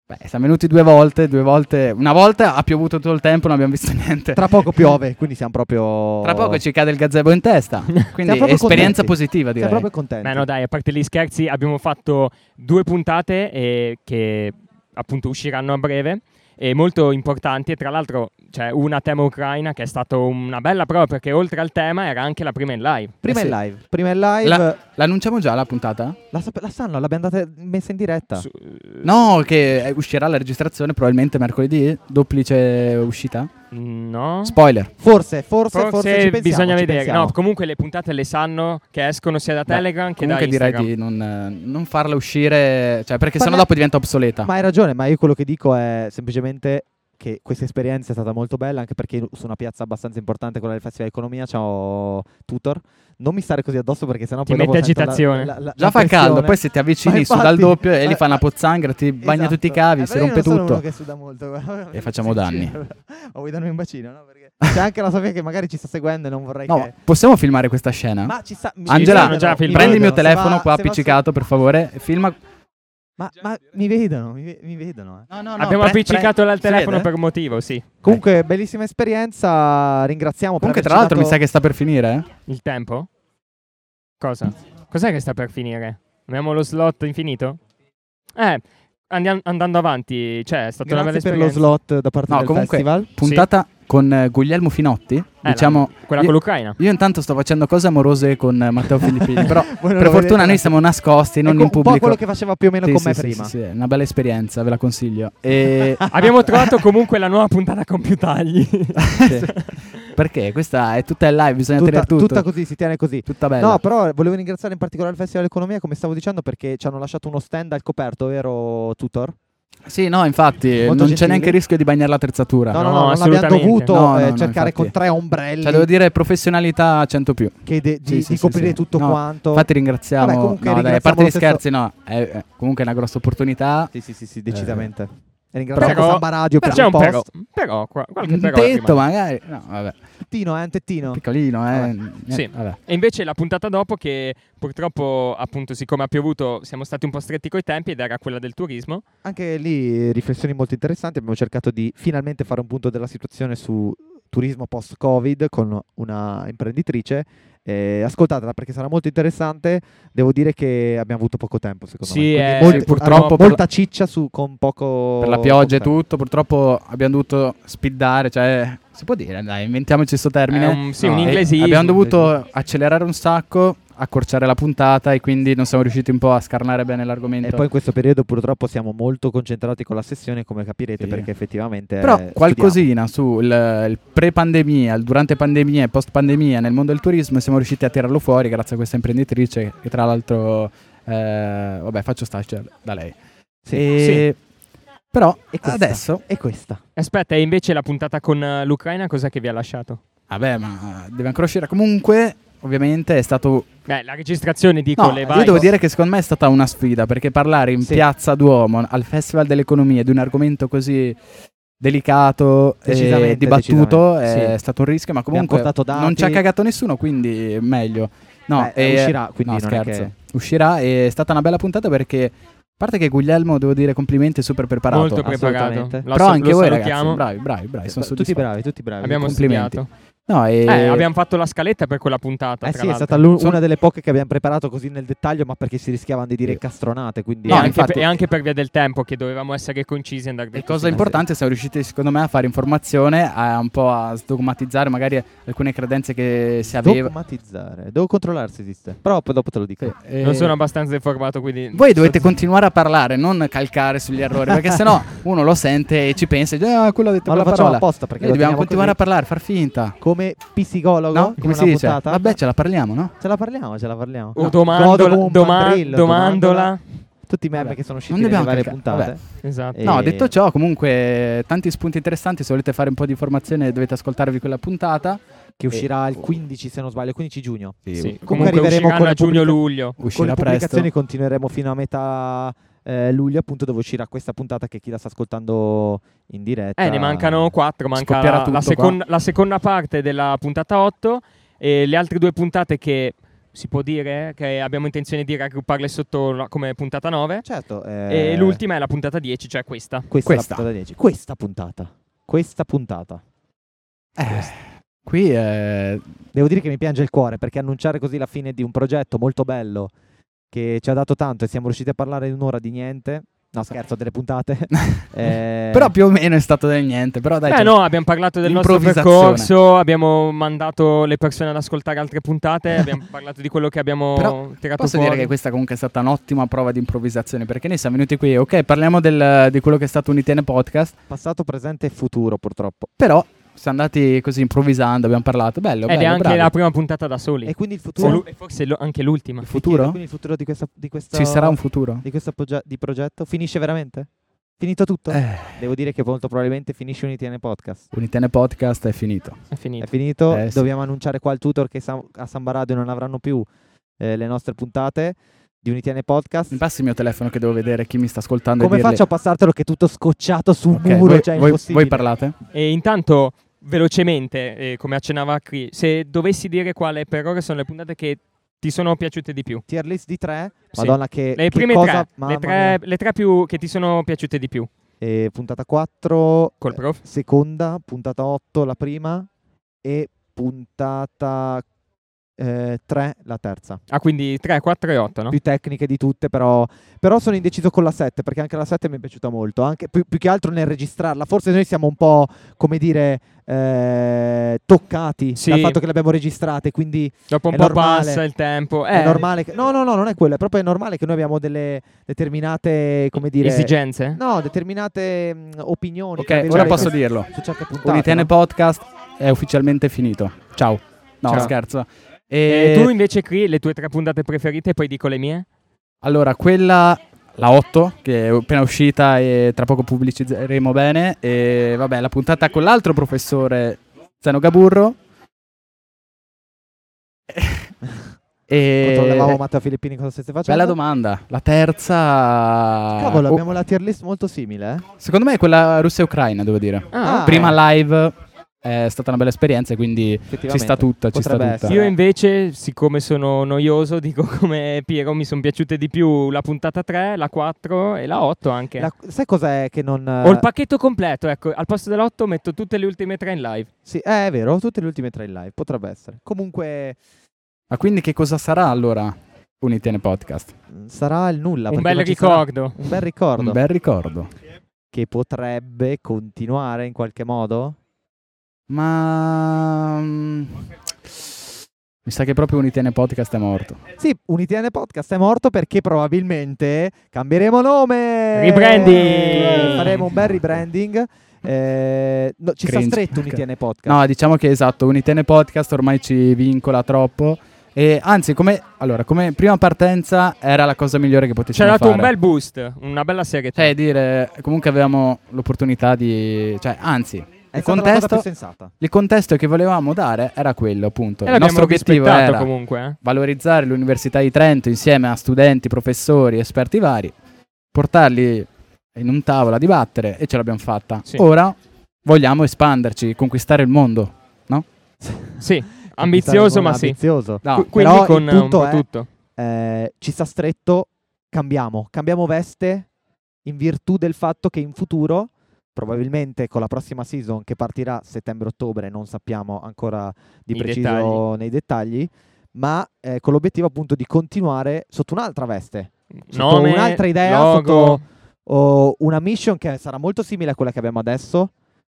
Beh, siamo venuti due volte, due volte. Una volta ha piovuto tutto il tempo, non abbiamo visto niente. Tra, Tra poco piove, quindi siamo proprio... poco ci cade il gazebo in testa. Quindi proprio esperienza contenti. positiva, direi. Siamo proprio contenti. Beh, no, dai, a parte gli scherzi, abbiamo fatto due puntate eh, che appunto usciranno a breve. E molto importanti, e tra l'altro c'è una tema ucraina che è stata una bella prova perché oltre al tema era anche la prima in live. Prima Eh sì. in live, prima in live, La- la, L'annunciamo già la puntata? sap- la sanno, l'abbiamo andata messa in diretta. Su- Ah. No, che eh, uscirà la registrazione probabilmente mercoledì, duplice uscita. mm, No. Spoiler. Forse, forse, forse, Forse ci pensiamo, bisogna ci vedere. pensiamo. No, comunque le puntate le sanno che escono sia da Beh, Telegram che da Comunque Instagram. direi di non, eh, non farla uscire, cioè perché Ma sennò ne- dopo diventa obsoleta. Ma hai ragione, ma io quello che dico è semplicemente che questa esperienza è stata molto bella, anche perché su una piazza abbastanza importante, quella del Festival Economia, c'ho Tutor. Non mi stare così addosso perché sennò Ti poi dopo mette sento la- agitazione. la- la- Già la fa caldo, pressione. poi se ti avvicini Ma su dal infatti- doppio e lì ma- fa una pozzanghera, ti bagna Esatto. tutti i cavi, Eh, si però io rompe non sono tutto. uno che suda molto. E facciamo danni. Ma vuoi darmi un bacino? No? Perché c'è anche la Sofia che magari ci sta seguendo e non vorrei No, che... possiamo filmare questa scena? Ma ci sta... mi- Angela, mi vedono, già mi filmato. Prendi il mio vedono. Se telefono va- qua se va su- appiccicato, per favore, e filma Ma, ma mi vedono, mi, ve- mi vedono. eh. No, no, Abbiamo pre- appiccicato pre- al telefono vede? per un motivo, sì. Comunque, bellissima esperienza. Ringraziamo. Ecco. Comunque, per tra l'altro, mi sa averci che sta per finire. eh. Il tempo? Cosa? Cos'è che sta per finire? Abbiamo lo slot infinito? Eh, andiam- andando avanti, cioè, è stata dato- una bella Grazie per lo esperienza. slot da parte No, del comunque- festival. Puntata con eh, Guglielmo Finotti. Eh, diciamo, la- quella io- con l'Ucraina. io intanto sto facendo cose amorose con eh, Matteo Filippini. però, Voi non per lo fortuna, vedete, noi siamo nascosti, non ecco, in Un po' pubblico. quello che faceva più o meno Sì, con sì, me sì, prima. sì, sì, è una bella esperienza, ve la consiglio. E- Abbiamo trovato comunque la nuova puntata con più tagli. sì. Perché questa è tutta in live, bisogna Tutta, tenere tutto. tutta così, si tiene così. Tutta bella. No, però volevo ringraziare in particolare il Festival Economia, come stavo dicendo, perché ci hanno lasciato uno stand al coperto, vero Tutor? sì, no, infatti, Molto non c'è gentili. neanche il rischio di bagnare l'attrezzatura. No, no, No, no, non abbiamo assolutamente. dovuto Ah, No, eh, no, no, cercare infatti. con tre ombrelli Cioè, devo dire professionalità 100 più. che de- di, Sì, sì, di sì, coprire sì. tutto No, quanto. Infatti ringraziamo. Vabbè, comunque no, dai, a ringraziamo parte lo gli stesso- scherzi, no, è, è comunque una grossa opportunità. Sì, sì, sì, sì, decisamente. E ringraziamo Però- Samba Radio per C'è il un post. però, però, qua- qualche Un però rimane. tetto magari. No, vabbè, Tettino, eh, un tettino. piccolino, eh. Vabbè. niente, Sì. vabbè. E invece la puntata dopo, che purtroppo, appunto, siccome ha piovuto, siamo stati un po' stretti coi tempi ed era quella del turismo. Anche lì eh, riflessioni molto interessanti. Abbiamo cercato di finalmente fare un punto della situazione su turismo post-Covid con una imprenditrice. Eh, ascoltatela perché sarà molto interessante. Devo dire che abbiamo avuto poco tempo, secondo Sì, me. Quindi eh, molti- sì, purtroppo ah, per molta ciccia su, con poco. Per la pioggia e poco tempo. tutto, purtroppo abbiamo dovuto spiddare, cioè si può dire, dai, inventiamoci questo termine. È un- sì, un E inglesismo. Abbiamo dovuto accelerare un sacco, accorciare la puntata e quindi non siamo riusciti un po' a scarnare bene l'argomento. E poi eh, in questo periodo purtroppo siamo molto concentrati con la sessione, come capirete, Sì. perché effettivamente. eh, Però studiamo. qualcosina sul il pre-pandemia, il durante pandemia e post-pandemia nel mondo del turismo siamo riusciti a tirarlo fuori grazie a questa imprenditrice che tra l'altro, eh, vabbè faccio stage da lei. Sì. E- Però E questa. adesso, E questa. Aspetta, e invece la puntata con eh, l'Ucraina, cosa che vi ha lasciato? vabbè ma deve ancora uscire comunque, ovviamente è stato... Beh, la registrazione, dico, No, le io varie- devo dire che secondo me è stata una sfida perché parlare in Sì. piazza Duomo al Festival dell'Economia di un argomento così delicato e Decisamente, dibattuto decisamente, è sì. stato un rischio ma Abbiamo comunque portato dati. Non ci ha cagato nessuno, quindi meglio. No, Beh, uscirà, quindi no, non è scherzo. che- Uscirà e è stata una bella puntata perché a parte che Guglielmo devo dire complimenti, è super preparato. molto preparato. assolutamente. Lo Però sa- anche lo voi salutiamo. ragazzi, bravi, bravi, bravi, sono tutti soddisfatto. bravi, tutti bravi. Abbiamo complimenti. studiato. No, e Eh, abbiamo fatto la scaletta per quella puntata. Eh tra sì, è l'altro. stata l'u- Sono- una delle poche che abbiamo preparato così nel dettaglio, ma perché si rischiavano di dire Sì. castronate, quindi E, No, anche infatti- per, e anche per via del tempo, che dovevamo essere concisi e andare E dritti cosa sul- importante, siamo riusciti secondo me a fare informazione, a un po' a sdogmatizzare magari alcune credenze che si aveva. dogmatizzare. Devo controllare se esiste. Però poi dopo te lo dico. Sì, e- Non sono abbastanza informato, quindi... Voi dovete continuare a parlare, non calcare sugli errori, perché sennò uno lo sente e ci pensa e dice, ah, quello ha detto Ma lo quella facciamo parola. apposta perché Noi lo dobbiamo teniamo continuare a così. parlare, far finta. come psicologo No? in Come una si dice? puntata. Vabbè, ce la parliamo, no? ce la parliamo, ce la parliamo. Oh, No, domandola, godo con doma- Mandrillo, domandola. Tutti i meme Vabbè. che sono Non usciti nelle dobbiamo varie cliccare, puntate. vabbè. Esatto. Eh, No, detto ciò, comunque tanti spunti interessanti, se volete fare un po' di informazione dovete ascoltarvi quella puntata. Che uscirà il 15, se non sbaglio, il 15 giugno. Sì, Comunque, arriveremo usciranno con a le pubblica- giugno-luglio. con Uscirà le presto. pubblicazioni continueremo fino a metà eh, luglio, appunto, dove uscirà questa puntata che chi la sta ascoltando in diretta. Eh, ne mancano quattro. Manca Scoppierà la, la tutto seconda, la seconda parte della puntata 8 e le altre due puntate che si può dire eh, che abbiamo intenzione di raggrupparle sotto la- come puntata 9. Certo. eh, E l'ultima è la puntata 10, cioè questa. Questa, è la Questa. puntata 10. Questa puntata. Questa puntata. Qui eh, Devo dire che mi piange il cuore perché annunciare così la fine di un progetto molto bello che ci ha dato tanto e siamo riusciti a parlare in un'ora di niente. No, scherzo, delle puntate. Eh, Però più o meno è stato del niente, però dai. cioè, Beh, ce- cioè, no, abbiamo parlato del nostro L'improvvisazione. percorso, abbiamo mandato le persone ad ascoltare altre puntate, abbiamo parlato di quello che abbiamo Però tirato Posso fuori. dire che questa comunque è stata un'ottima prova di improvvisazione perché noi siamo venuti qui, ok, parliamo del- di quello che è stato un ITN podcast, passato, presente e futuro, purtroppo. però siamo andati così improvvisando, abbiamo parlato, bello, Ed bello, è anche bravi. Eh, la prima puntata da soli. E quindi il Se lu- futuro? E forse lo- anche l'ultima. Il futuro? Quindi il futuro di, questa, di questo, Ci sarà un futuro? di questo proge- di progetto finisce veramente? Finito tutto? Eh, Devo dire che molto probabilmente finisce un ITN podcast. un ITN podcast è finito. È finito. È finito, Eh, sì. dobbiamo annunciare qua al tutor che Sam- a Samba Radio non avranno più eh, le nostre puntate di un ITN podcast. Mi passi il mio telefono che devo vedere chi mi sta ascoltando Come e dirle... faccio a passartelo che è tutto scocciato su un Ok, muro? voi, cioè, è voi- impossibile. voi parlate? E intanto, velocemente, eh, come accennava qui, se dovessi dire quale per ora sono le puntate che ti sono piaciute di più. Tier list di tre. Sì. Madonna, che, Le che prime cosa. tre, mamma le tre, mia. le tre più che ti sono piaciute di più. Eh, puntata 4, Col prof? seconda, puntata 8, la prima, e puntata 3, la terza. Ah, quindi 3, 4 e 8, no? Più tecniche di tutte, però, però sono indeciso con la 7, perché anche la 7 mi è piaciuta molto, anche più, più che altro nel registrarla. Forse noi siamo un po', come dire, eh, toccati Sì. dal fatto che l'abbiamo registrata, e quindi Dopo un è po' normale. passa il tempo. Eh, è normale che... No, no, no, non è quello, è proprio normale che noi abbiamo delle determinate, come dire... Esigenze? No, determinate mh, opinioni. tra Ok, ora virgolette, posso dirlo. Su certe puntate. Un ITN no? podcast è ufficialmente finito. Ciao. No, Ciao. scherzo. E E Eh, tu invece qui le tue tre puntate preferite, poi dico le mie. Allora, quella, la 8, che è appena uscita e tra poco pubblicizzeremo bene. E vabbè, la puntata con l'altro professore Zeno Gaburro. Controllavamo e... Matteo Filippini cosa stesse facendo. Bella domanda. La terza... Cavolo, Oh, abbiamo la tier list molto simile. eh? Secondo me è quella Russia-Ucraina, devo dire. Ah, Prima live è stata una bella esperienza, e quindi ci Effettivamente. sta tutta, ci sta Potrebbe tutta. essere. Io invece, siccome sono noioso, dico come Piero, mi sono piaciute di più la puntata 3, la 4 e la 8 anche. La- sai cos'è che non. Ho il pacchetto completo, ecco, al posto dell'8 metto tutte le ultime tre in live. Sì, eh, è vero, tutte le ultime tre in live. Potrebbe essere. Comunque, Ma quindi che cosa sarà allora un ITN podcast? mh, mm, sarà il nulla. Un perché bel non ci sarà- ricordo. Un bel ricordo Un bel ricordo. che potrebbe continuare in qualche modo. Ma mm, mi sa che proprio un ITN podcast è morto. Sì, un ITN podcast è morto perché probabilmente cambieremo nome. Rebranding! Eh, Faremo un bel rebranding. Eh, no, ci Cringe. sta stretto un Ok. ITN podcast. No, diciamo che esatto, un ITN podcast ormai ci vincola troppo. E anzi, come, allora, come prima partenza era la cosa migliore che Ci ha potessimo dato fare. un bel boost, una bella Eh, serie. Cioè, dire, comunque avevamo l'opportunità di... Cioè, anzi, è il stata la cosa contesto, più sensata. il contesto che volevamo dare era quello, appunto. e il l'abbiamo nostro obiettivo rispettato era comunque. eh. valorizzare l'Università di Trento insieme a studenti, professori, esperti vari, portarli in un tavolo a dibattere e ce l'abbiamo fatta. Sì. Ora vogliamo espanderci, conquistare il mondo. Sì, ambizioso ma sì. Ambizioso. No, Qu- Quindi però con il un punto po' è- tutto. eh, ci sta stretto, cambiamo, cambiamo veste in virtù del fatto che in futuro, probabilmente con la prossima season che partirà settembre-ottobre, non sappiamo ancora di I preciso dettagli. nei dettagli, ma eh, con l'obiettivo appunto di continuare sotto un'altra veste, sotto Nome, un'altra idea, logo. sotto o una mission che sarà molto simile a quella che abbiamo adesso,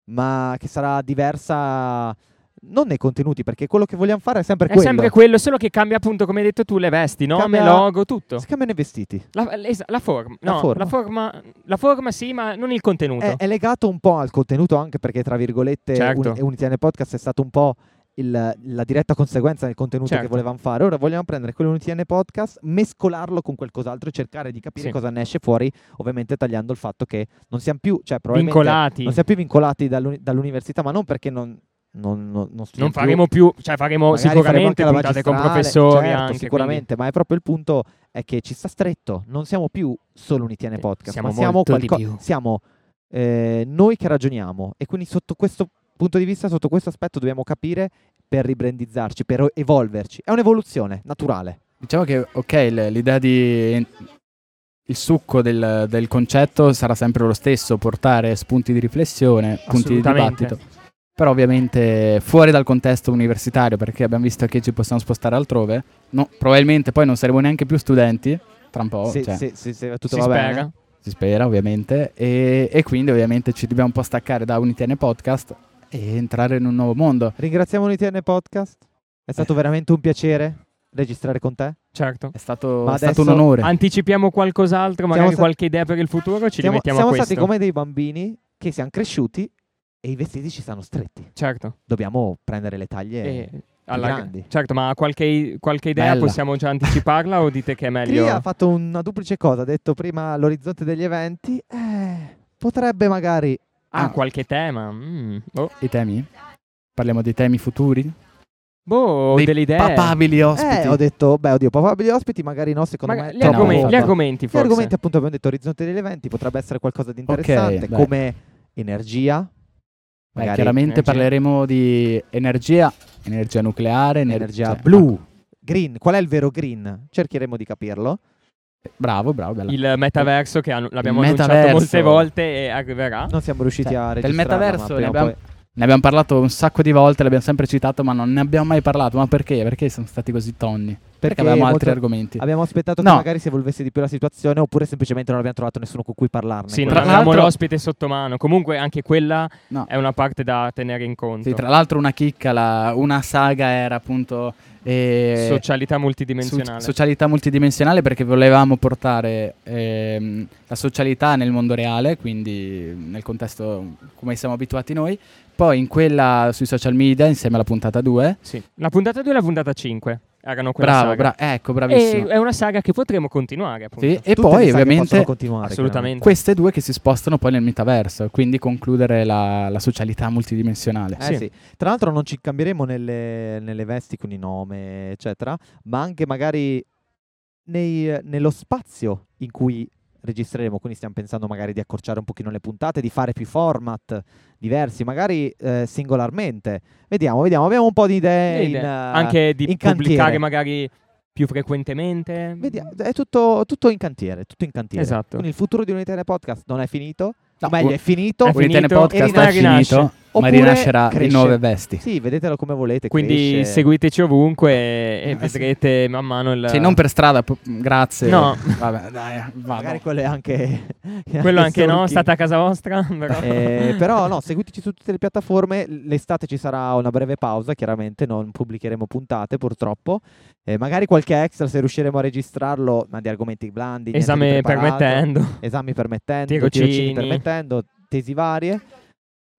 ma che sarà diversa non nei contenuti, perché quello che vogliamo fare è sempre È quello. sempre quello, solo che cambia appunto, come hai detto tu, le vesti, nome, Cambia- logo, tutto. si cambiano i vestiti. La, es- la forma, La no, forma. Eh, La, forma, la forma sì, ma non il contenuto. È, è legato un po' al contenuto anche perché, tra virgolette, Certo. un, un ITN Podcast è stato un po' il- la diretta conseguenza del contenuto Certo. che volevamo fare. Ora vogliamo prendere quello di UTN Podcast, mescolarlo con qualcos'altro e cercare di capire Sì. cosa ne esce fuori, ovviamente tagliando il fatto che non siamo più, cioè, probabilmente vincolati. non siamo più vincolati dall'uni- dall'università, ma non perché non, non, non, non stiamo Non più- faremo più, cioè faremo magari sicuramente faremo anche la puntate con magistrale, professori certo, anche, sicuramente, ma è proprio il punto è che ci sta stretto, non siamo più solo un ITN Sì, podcast, siamo ma siamo molto di qualco- più. siamo eh, noi che ragioniamo e quindi sotto questo punto di vista, sotto questo aspetto dobbiamo capire per ribrandizzarci, per evolverci. È un'evoluzione naturale. Diciamo che, ok, l- l'idea di... Il succo del, del concetto sarà sempre lo stesso, portare spunti di riflessione, punti di Assolutamente. dibattito. Però ovviamente fuori dal contesto universitario, perché abbiamo visto che ci possiamo spostare altrove, no, probabilmente poi non saremo neanche più studenti, tra un po', se, cioè, se- se- se tutto quindi va Oh, si bene. spera. si spera ovviamente, e, e quindi ovviamente ci dobbiamo un po' staccare da Unitene Podcast e entrare in un nuovo mondo. Ringraziamo l'ITN podcast. È Eh. stato veramente un piacere registrare con te. Certo. È stato, Ma è stato un adesso- onore. Anticipiamo qualcos'altro, magari Eh, Siamo sta- qualche idea per il futuro, ci siamo rimettiamo siamo a questo. stati come dei bambini che siamo cresciuti e i vestiti ci stanno stretti. Certo. dobbiamo prendere le taglie. E alla- Eh, grandi. Certo, ma qualche, qualche idea Bella. possiamo già anticiparla o dite che è meglio? Cri ha fatto una duplice cosa, ha detto prima l'orizzonte degli eventi, eh, potrebbe magari... Ah, qualche tema. mm. Oh. I temi? Parliamo dei temi futuri? Boh, ho Dei delle idee. Papabili ospiti. Eh, ho detto, beh, oddio, probabili ospiti, magari no, secondo Maga- me... gli, troppo argomen- forte. argomenti, gli argomenti Gli forse. argomenti, appunto, abbiamo detto orizzonte degli eventi, potrebbe essere qualcosa di interessante, beh. come energia, Beh, magari chiaramente energia. parleremo di energia, energia nucleare, ener- energia cioè, blu, green, qual è il vero green? Cercheremo di capirlo. ah, Bravo, bravo, bella. Il metaverso che hanno- l'abbiamo Il annunciato metaverso. molte volte e arriverà. Non siamo riusciti Cioè, a del registrare. metaverso ne abbiamo- Ne abbiamo parlato un sacco di volte, l'abbiamo sempre citato, ma non ne abbiamo mai parlato. Ma perché? Perché siamo stati così tonni? Perché, Perché avevamo altri molto- argomenti. Abbiamo aspettato No. che magari si evolvesse di più la situazione oppure semplicemente non abbiamo trovato nessuno con cui parlarne. Sì, Tra non abbiamo l'altro- l'ospite sotto mano. Comunque anche quella No. è una parte da tenere in conto. Sì, tra l'altro una chicca, la- una saga era appunto... eh, Socialità so- multidimensionale. socialità multidimensionale perché volevamo portare ehm, la socialità nel mondo reale, quindi nel contesto come siamo abituati noi, poi in quella sui social media insieme alla puntata 2. Sì. La puntata 2 e la puntata 5 erano quella Bravo, saga. bra- ecco, E bravissimo. è una saga che potremo continuare, appunto. Sì, e Tutte le poi saghe possono ovviamente continuare, Assolutamente. queste due che si spostano poi nel metaverso, quindi concludere la, la socialità multidimensionale. chiaramente. Eh sì. Tra l'altro non ci cambieremo nelle, nelle vesti con i nome, eccetera, ma anche magari nei- nello spazio in cui registreremo, quindi stiamo pensando magari di accorciare un pochino le puntate, di fare più format diversi, magari eh, singolarmente. Vediamo, vediamo, abbiamo un po' di idee. Idee. in, eh, Anche di in pubblicare cantiere. magari più frequentemente. vedia- è tutto, tutto in cantiere, tutto in cantiere. Esatto. Quindi il futuro di Unitary Podcast non è finito, No, meglio è finito, è Unitene finito, Podcast e è rinasce. finito, ma Oppure rinascerà in cresce. nuove vesti. Sì, vedetelo come volete. Quindi cresce. seguiteci ovunque e- e Ah, sì. vedrete man mano il... Sì, Cioè, non per strada, po- grazie. No. Vabbè, dai, Magari vado. quello è anche. Quello anche no, sulky. state a casa vostra. Però. Eh, però no, seguiteci su tutte le piattaforme. L'estate ci sarà una breve pausa, chiaramente non pubblicheremo puntate purtroppo. Eh, magari qualche extra se riusciremo a registrarlo, ma di argomenti blandi. niente di Esame preparato, permettendo. Esami permettendo, Tirocini. tirocini permettendo, tesi varie.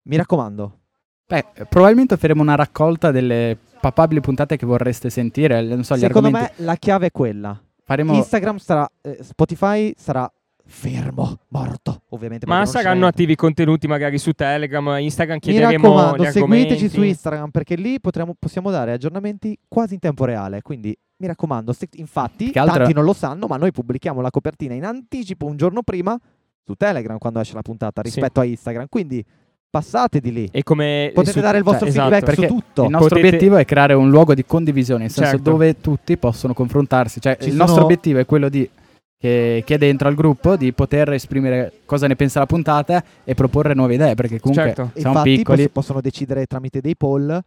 Mi raccomando, Beh, probabilmente faremo una raccolta delle papabili puntate che vorreste sentire. Non so, gli secondo argomenti. me la chiave è quella. Faremo... Instagram sarà, eh, Spotify sarà fermo, morto, ovviamente. Ma perché non saranno c'è niente. attivi contenuti magari su Telegram, Instagram, Mi chiederemo gli raccomando, seguiteci argomenti. su Instagram perché lì potremo- possiamo dare aggiornamenti quasi in tempo reale. Quindi mi raccomando, se- infatti, Che altro- tanti non lo sanno, ma noi pubblichiamo la copertina in anticipo un giorno prima su Telegram quando esce la puntata Sì. rispetto a Instagram. Quindi passate di lì. E come Potete su- dare il vostro cioè, feedback esatto. perché su tutto. Il nostro Potete- obiettivo è creare un luogo di condivisione, nel senso Certo. dove tutti possono confrontarsi. Cioè, Ci il nostro sono- obiettivo è quello di che, chi è dentro al gruppo di poter esprimere cosa ne pensa la puntata e proporre nuove idee, perché comunque Certo. siamo Infatti, piccoli. pos- possono decidere tramite dei poll.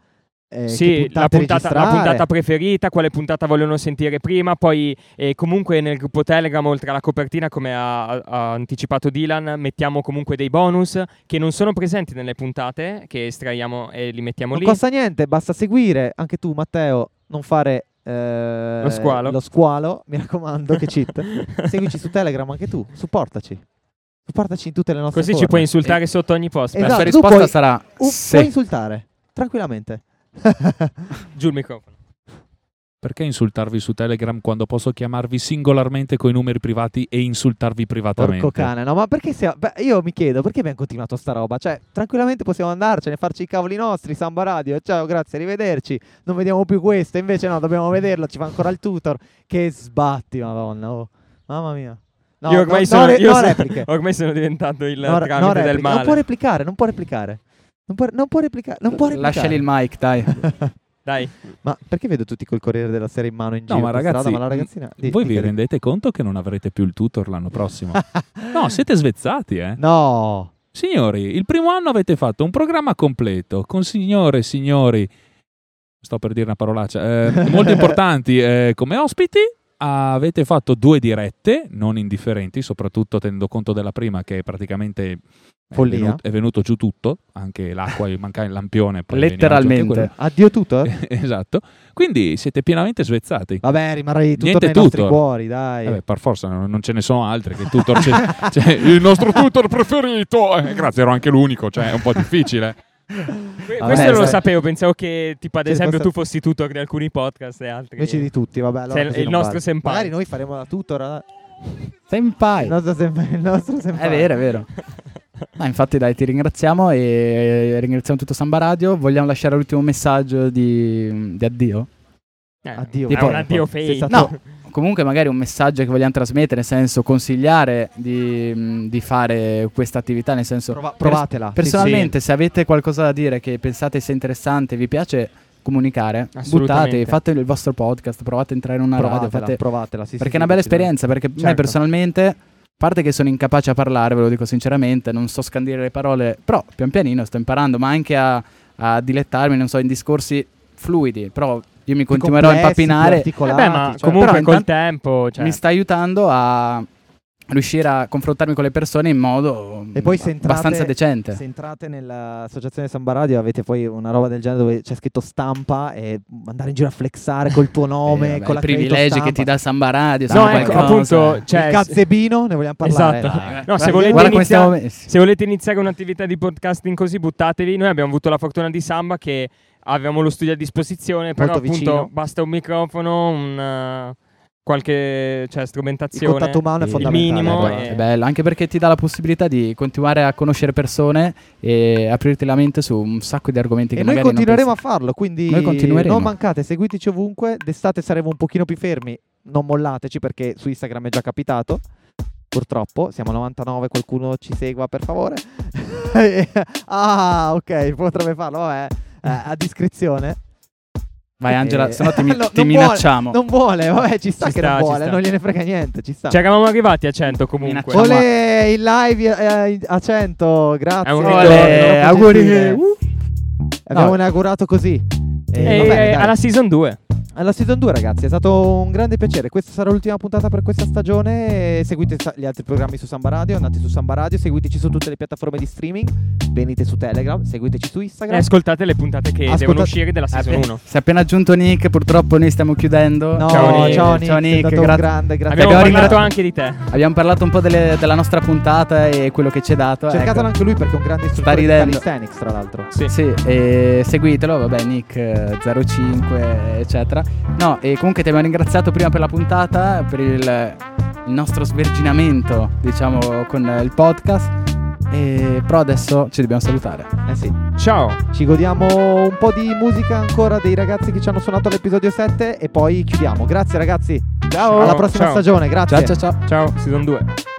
eh, che Sì, la puntate puntata, la registrare. puntata preferita, quale puntata vogliono sentire prima, poi eh, comunque nel gruppo Telegram, oltre alla copertina, come ha, ha anticipato Dylan, mettiamo comunque dei bonus che non sono presenti nelle puntate, che estraiamo e li mettiamo Non lì. costa niente, basta seguire. Anche tu, Matteo, non fare eh, Lo squalo. lo squalo, mi raccomando, che cheat. Seguici su Telegram anche tu, supportaci. Supportaci in tutte le nostre Così ci forme. puoi insultare sotto ogni post. La Eh, Esatto, sua tu risposta puoi- sarà Uh, se Puoi insultare, tranquillamente. Giù il microfono. Perché insultarvi su Telegram quando posso chiamarvi singolarmente coi numeri privati e insultarvi privatamente? Porco cane, no, ma perché siamo... Beh, io mi chiedo, perché abbiamo continuato sta roba? Cioè, tranquillamente possiamo andarcene, farci i cavoli nostri, Samba Radio, ciao, grazie, arrivederci, non vediamo più questo, invece no, dobbiamo vederlo, ci fa ancora il tutor, che sbatti, madonna, oh. mamma mia. No, io ormai, no, sono, no, re- io no sono- repliche. ormai sono diventato il Eh. No, re- tramite no, del repliche. male. Non può replicare, non può replicare. Non può, non può replicare, non può replicare. Lasciali il mic, dai. Dai, Ma perché vedo tutti col Corriere della Sera in mano in giro? No, ma per ragazzi, strada, ma la ragazzina... Di- Voi vi dica, dica. rendete conto che non avrete più il tutor l'anno prossimo? No, siete svezzati, eh? No, Signori, il primo anno avete fatto un programma completo con signore e signori, sto per dire una parolaccia, eh, molto importanti eh, come ospiti. Avete fatto due dirette non indifferenti, soprattutto tenendo conto della prima che è praticamente è Follia. venuto, è venuto giù tutto, anche l'acqua, manca il lampione. poi veniva giù anche quello. Letteralmente. addio tutor? esatto. Quindi siete pienamente svezzati. Vabbè, rimarrai tutto Niente nei nostri tutor. cuori, dai. Vabbè, per forza, no- non ce ne sono altri che tutor c'è- c'è il nostro tutor preferito. Eh, grazie, ero anche l'unico, cioè è un po' difficile. Que- Vabbè, questo non lo sai. sapevo, pensavo che tipo ad Cioè, esempio questo- tu fossi tutor di alcuni podcast e altri. Invece di tutti, vabbè. Allora Sei il- così il non nostro vale. senpai. Magari noi faremo da tutor. eh. Senpai. Il nostro senpai. Il nostro senpai. È vero, è vero. Ma infatti dai, ti ringraziamo e ringraziamo tutto Samba Radio. Vogliamo lasciare l'ultimo messaggio di, di addio? Eh, Addio, è tipo- un addio sei fake. stato- No, comunque magari un messaggio che vogliamo trasmettere, nel senso consigliare di, mh, di fare questa attività, nel senso... Prova- provatela. pers- personalmente, se avete qualcosa da dire che pensate sia interessante, vi piace comunicare, Assolutamente. buttate, fate il vostro podcast, provate a entrare in una radio, provatela, fate... provatela. sì, sì, perché sì, è una bella sì, sì, esperienza, perché me Certo. personalmente, a parte che sono incapace a parlare, ve lo dico sinceramente, non so scandire le parole, però pian pianino sto imparando, ma anche a, a dilettarmi, non so, in discorsi fluidi, però io mi dai. continuerò a Complessi, certo. più impapinare, articolati, Vabbè, Eh ma cioè- però comunque intanto- col tempo... Cioè... mi sta aiutando a riuscire a confrontarmi con le persone in modo E poi mm, se entrate- abbastanza decente. Se entrate nell'associazione Samba Radio avete poi una roba del genere dove c'è scritto stampa e andare in giro a flexare col tuo nome, Eh, vabbè, con la i privilegi stampa. che ti dà Samba Radio, No, Samba ecco, qualcosa. appunto... Cioè, il cazzebino, ne vogliamo parlare. Esatto. Dai. No, Guarda- se eh, volete guarda come iniziare- stiamo messi. Se volete iniziare un'attività di podcasting così, buttatevi. Noi abbiamo avuto la fortuna di Samba che avevamo lo studio a disposizione, però Molto appunto vicino. basta un microfono, un, eh, qualche cioè, Il strumentazione. contatto umano è Sì. fondamentale. Il minimo Ecco, eh. è bello, anche perché ti dà la possibilità di continuare a conoscere persone e aprirti la mente su un sacco di argomenti E che noi magari non continueremo a pensi. farlo, quindi Noi continueremo. non mancate, seguiteci ovunque. D'estate saremo un pochino più fermi, non mollateci perché su Instagram è già capitato. Purtroppo, siamo a 99, qualcuno ci segua per favore. ah, ok, potrebbe farlo, vabbè, eh, a discrezione. Vai Angela, Eh, se no ti, mi- no, ti non minacciamo. Non vuole, vabbè, ci sta Ci che sta, non ci vuole, sta. non gliene frega niente, ci sta. Cioè, Ci eravamo arrivati a 100 comunque. Minacciamo. Olè, il live eh, a 100, grazie. È un Olè, ritorno. Eh, auguri. Uh. Abbiamo No. inaugurato così. Eh, E va bene, dai. alla season 2. Alla season 2 ragazzi, è stato un grande piacere. Questa sarà l'ultima puntata per questa stagione. Eh, Seguite sa- gli altri programmi su Samba Radio, andate su Samba Radio, seguiteci su tutte le piattaforme di streaming, venite su Telegram, seguiteci su E Instagram. Eh, ascoltate le puntate che devono Ascoltate- Ah, uscire della season 1. Si è appena aggiunto Nick, purtroppo noi stiamo chiudendo. no, Ciao, Nick. ciao Nick, Ciao, è Nick, stato un grazie. grande, grazie. Abbiamo Abbiamo parlato ringra- anche di te. Abbiamo parlato un po' delle- della nostra puntata e quello che ci è dato. Cercatelo ecco. anche lui perché è un grande istruttore di ridendo. calisthenics, tra l'altro. Sì. Sì, e seguitelo, vabbè, Nick eh, 05, eccetera. No, e comunque ti abbiamo ringraziato prima per la puntata, per il, il nostro sverginamento, diciamo, con eh, il podcast. E, però adesso ci dobbiamo salutare. Eh sì. Ciao. Ci godiamo un po' di musica ancora dei ragazzi che ci hanno suonato all'episodio 7 e poi chiudiamo. Grazie ragazzi. Ciao. Alla prossima Ciao. stagione, grazie. Ciao ciao ciao. Ciao, season 2.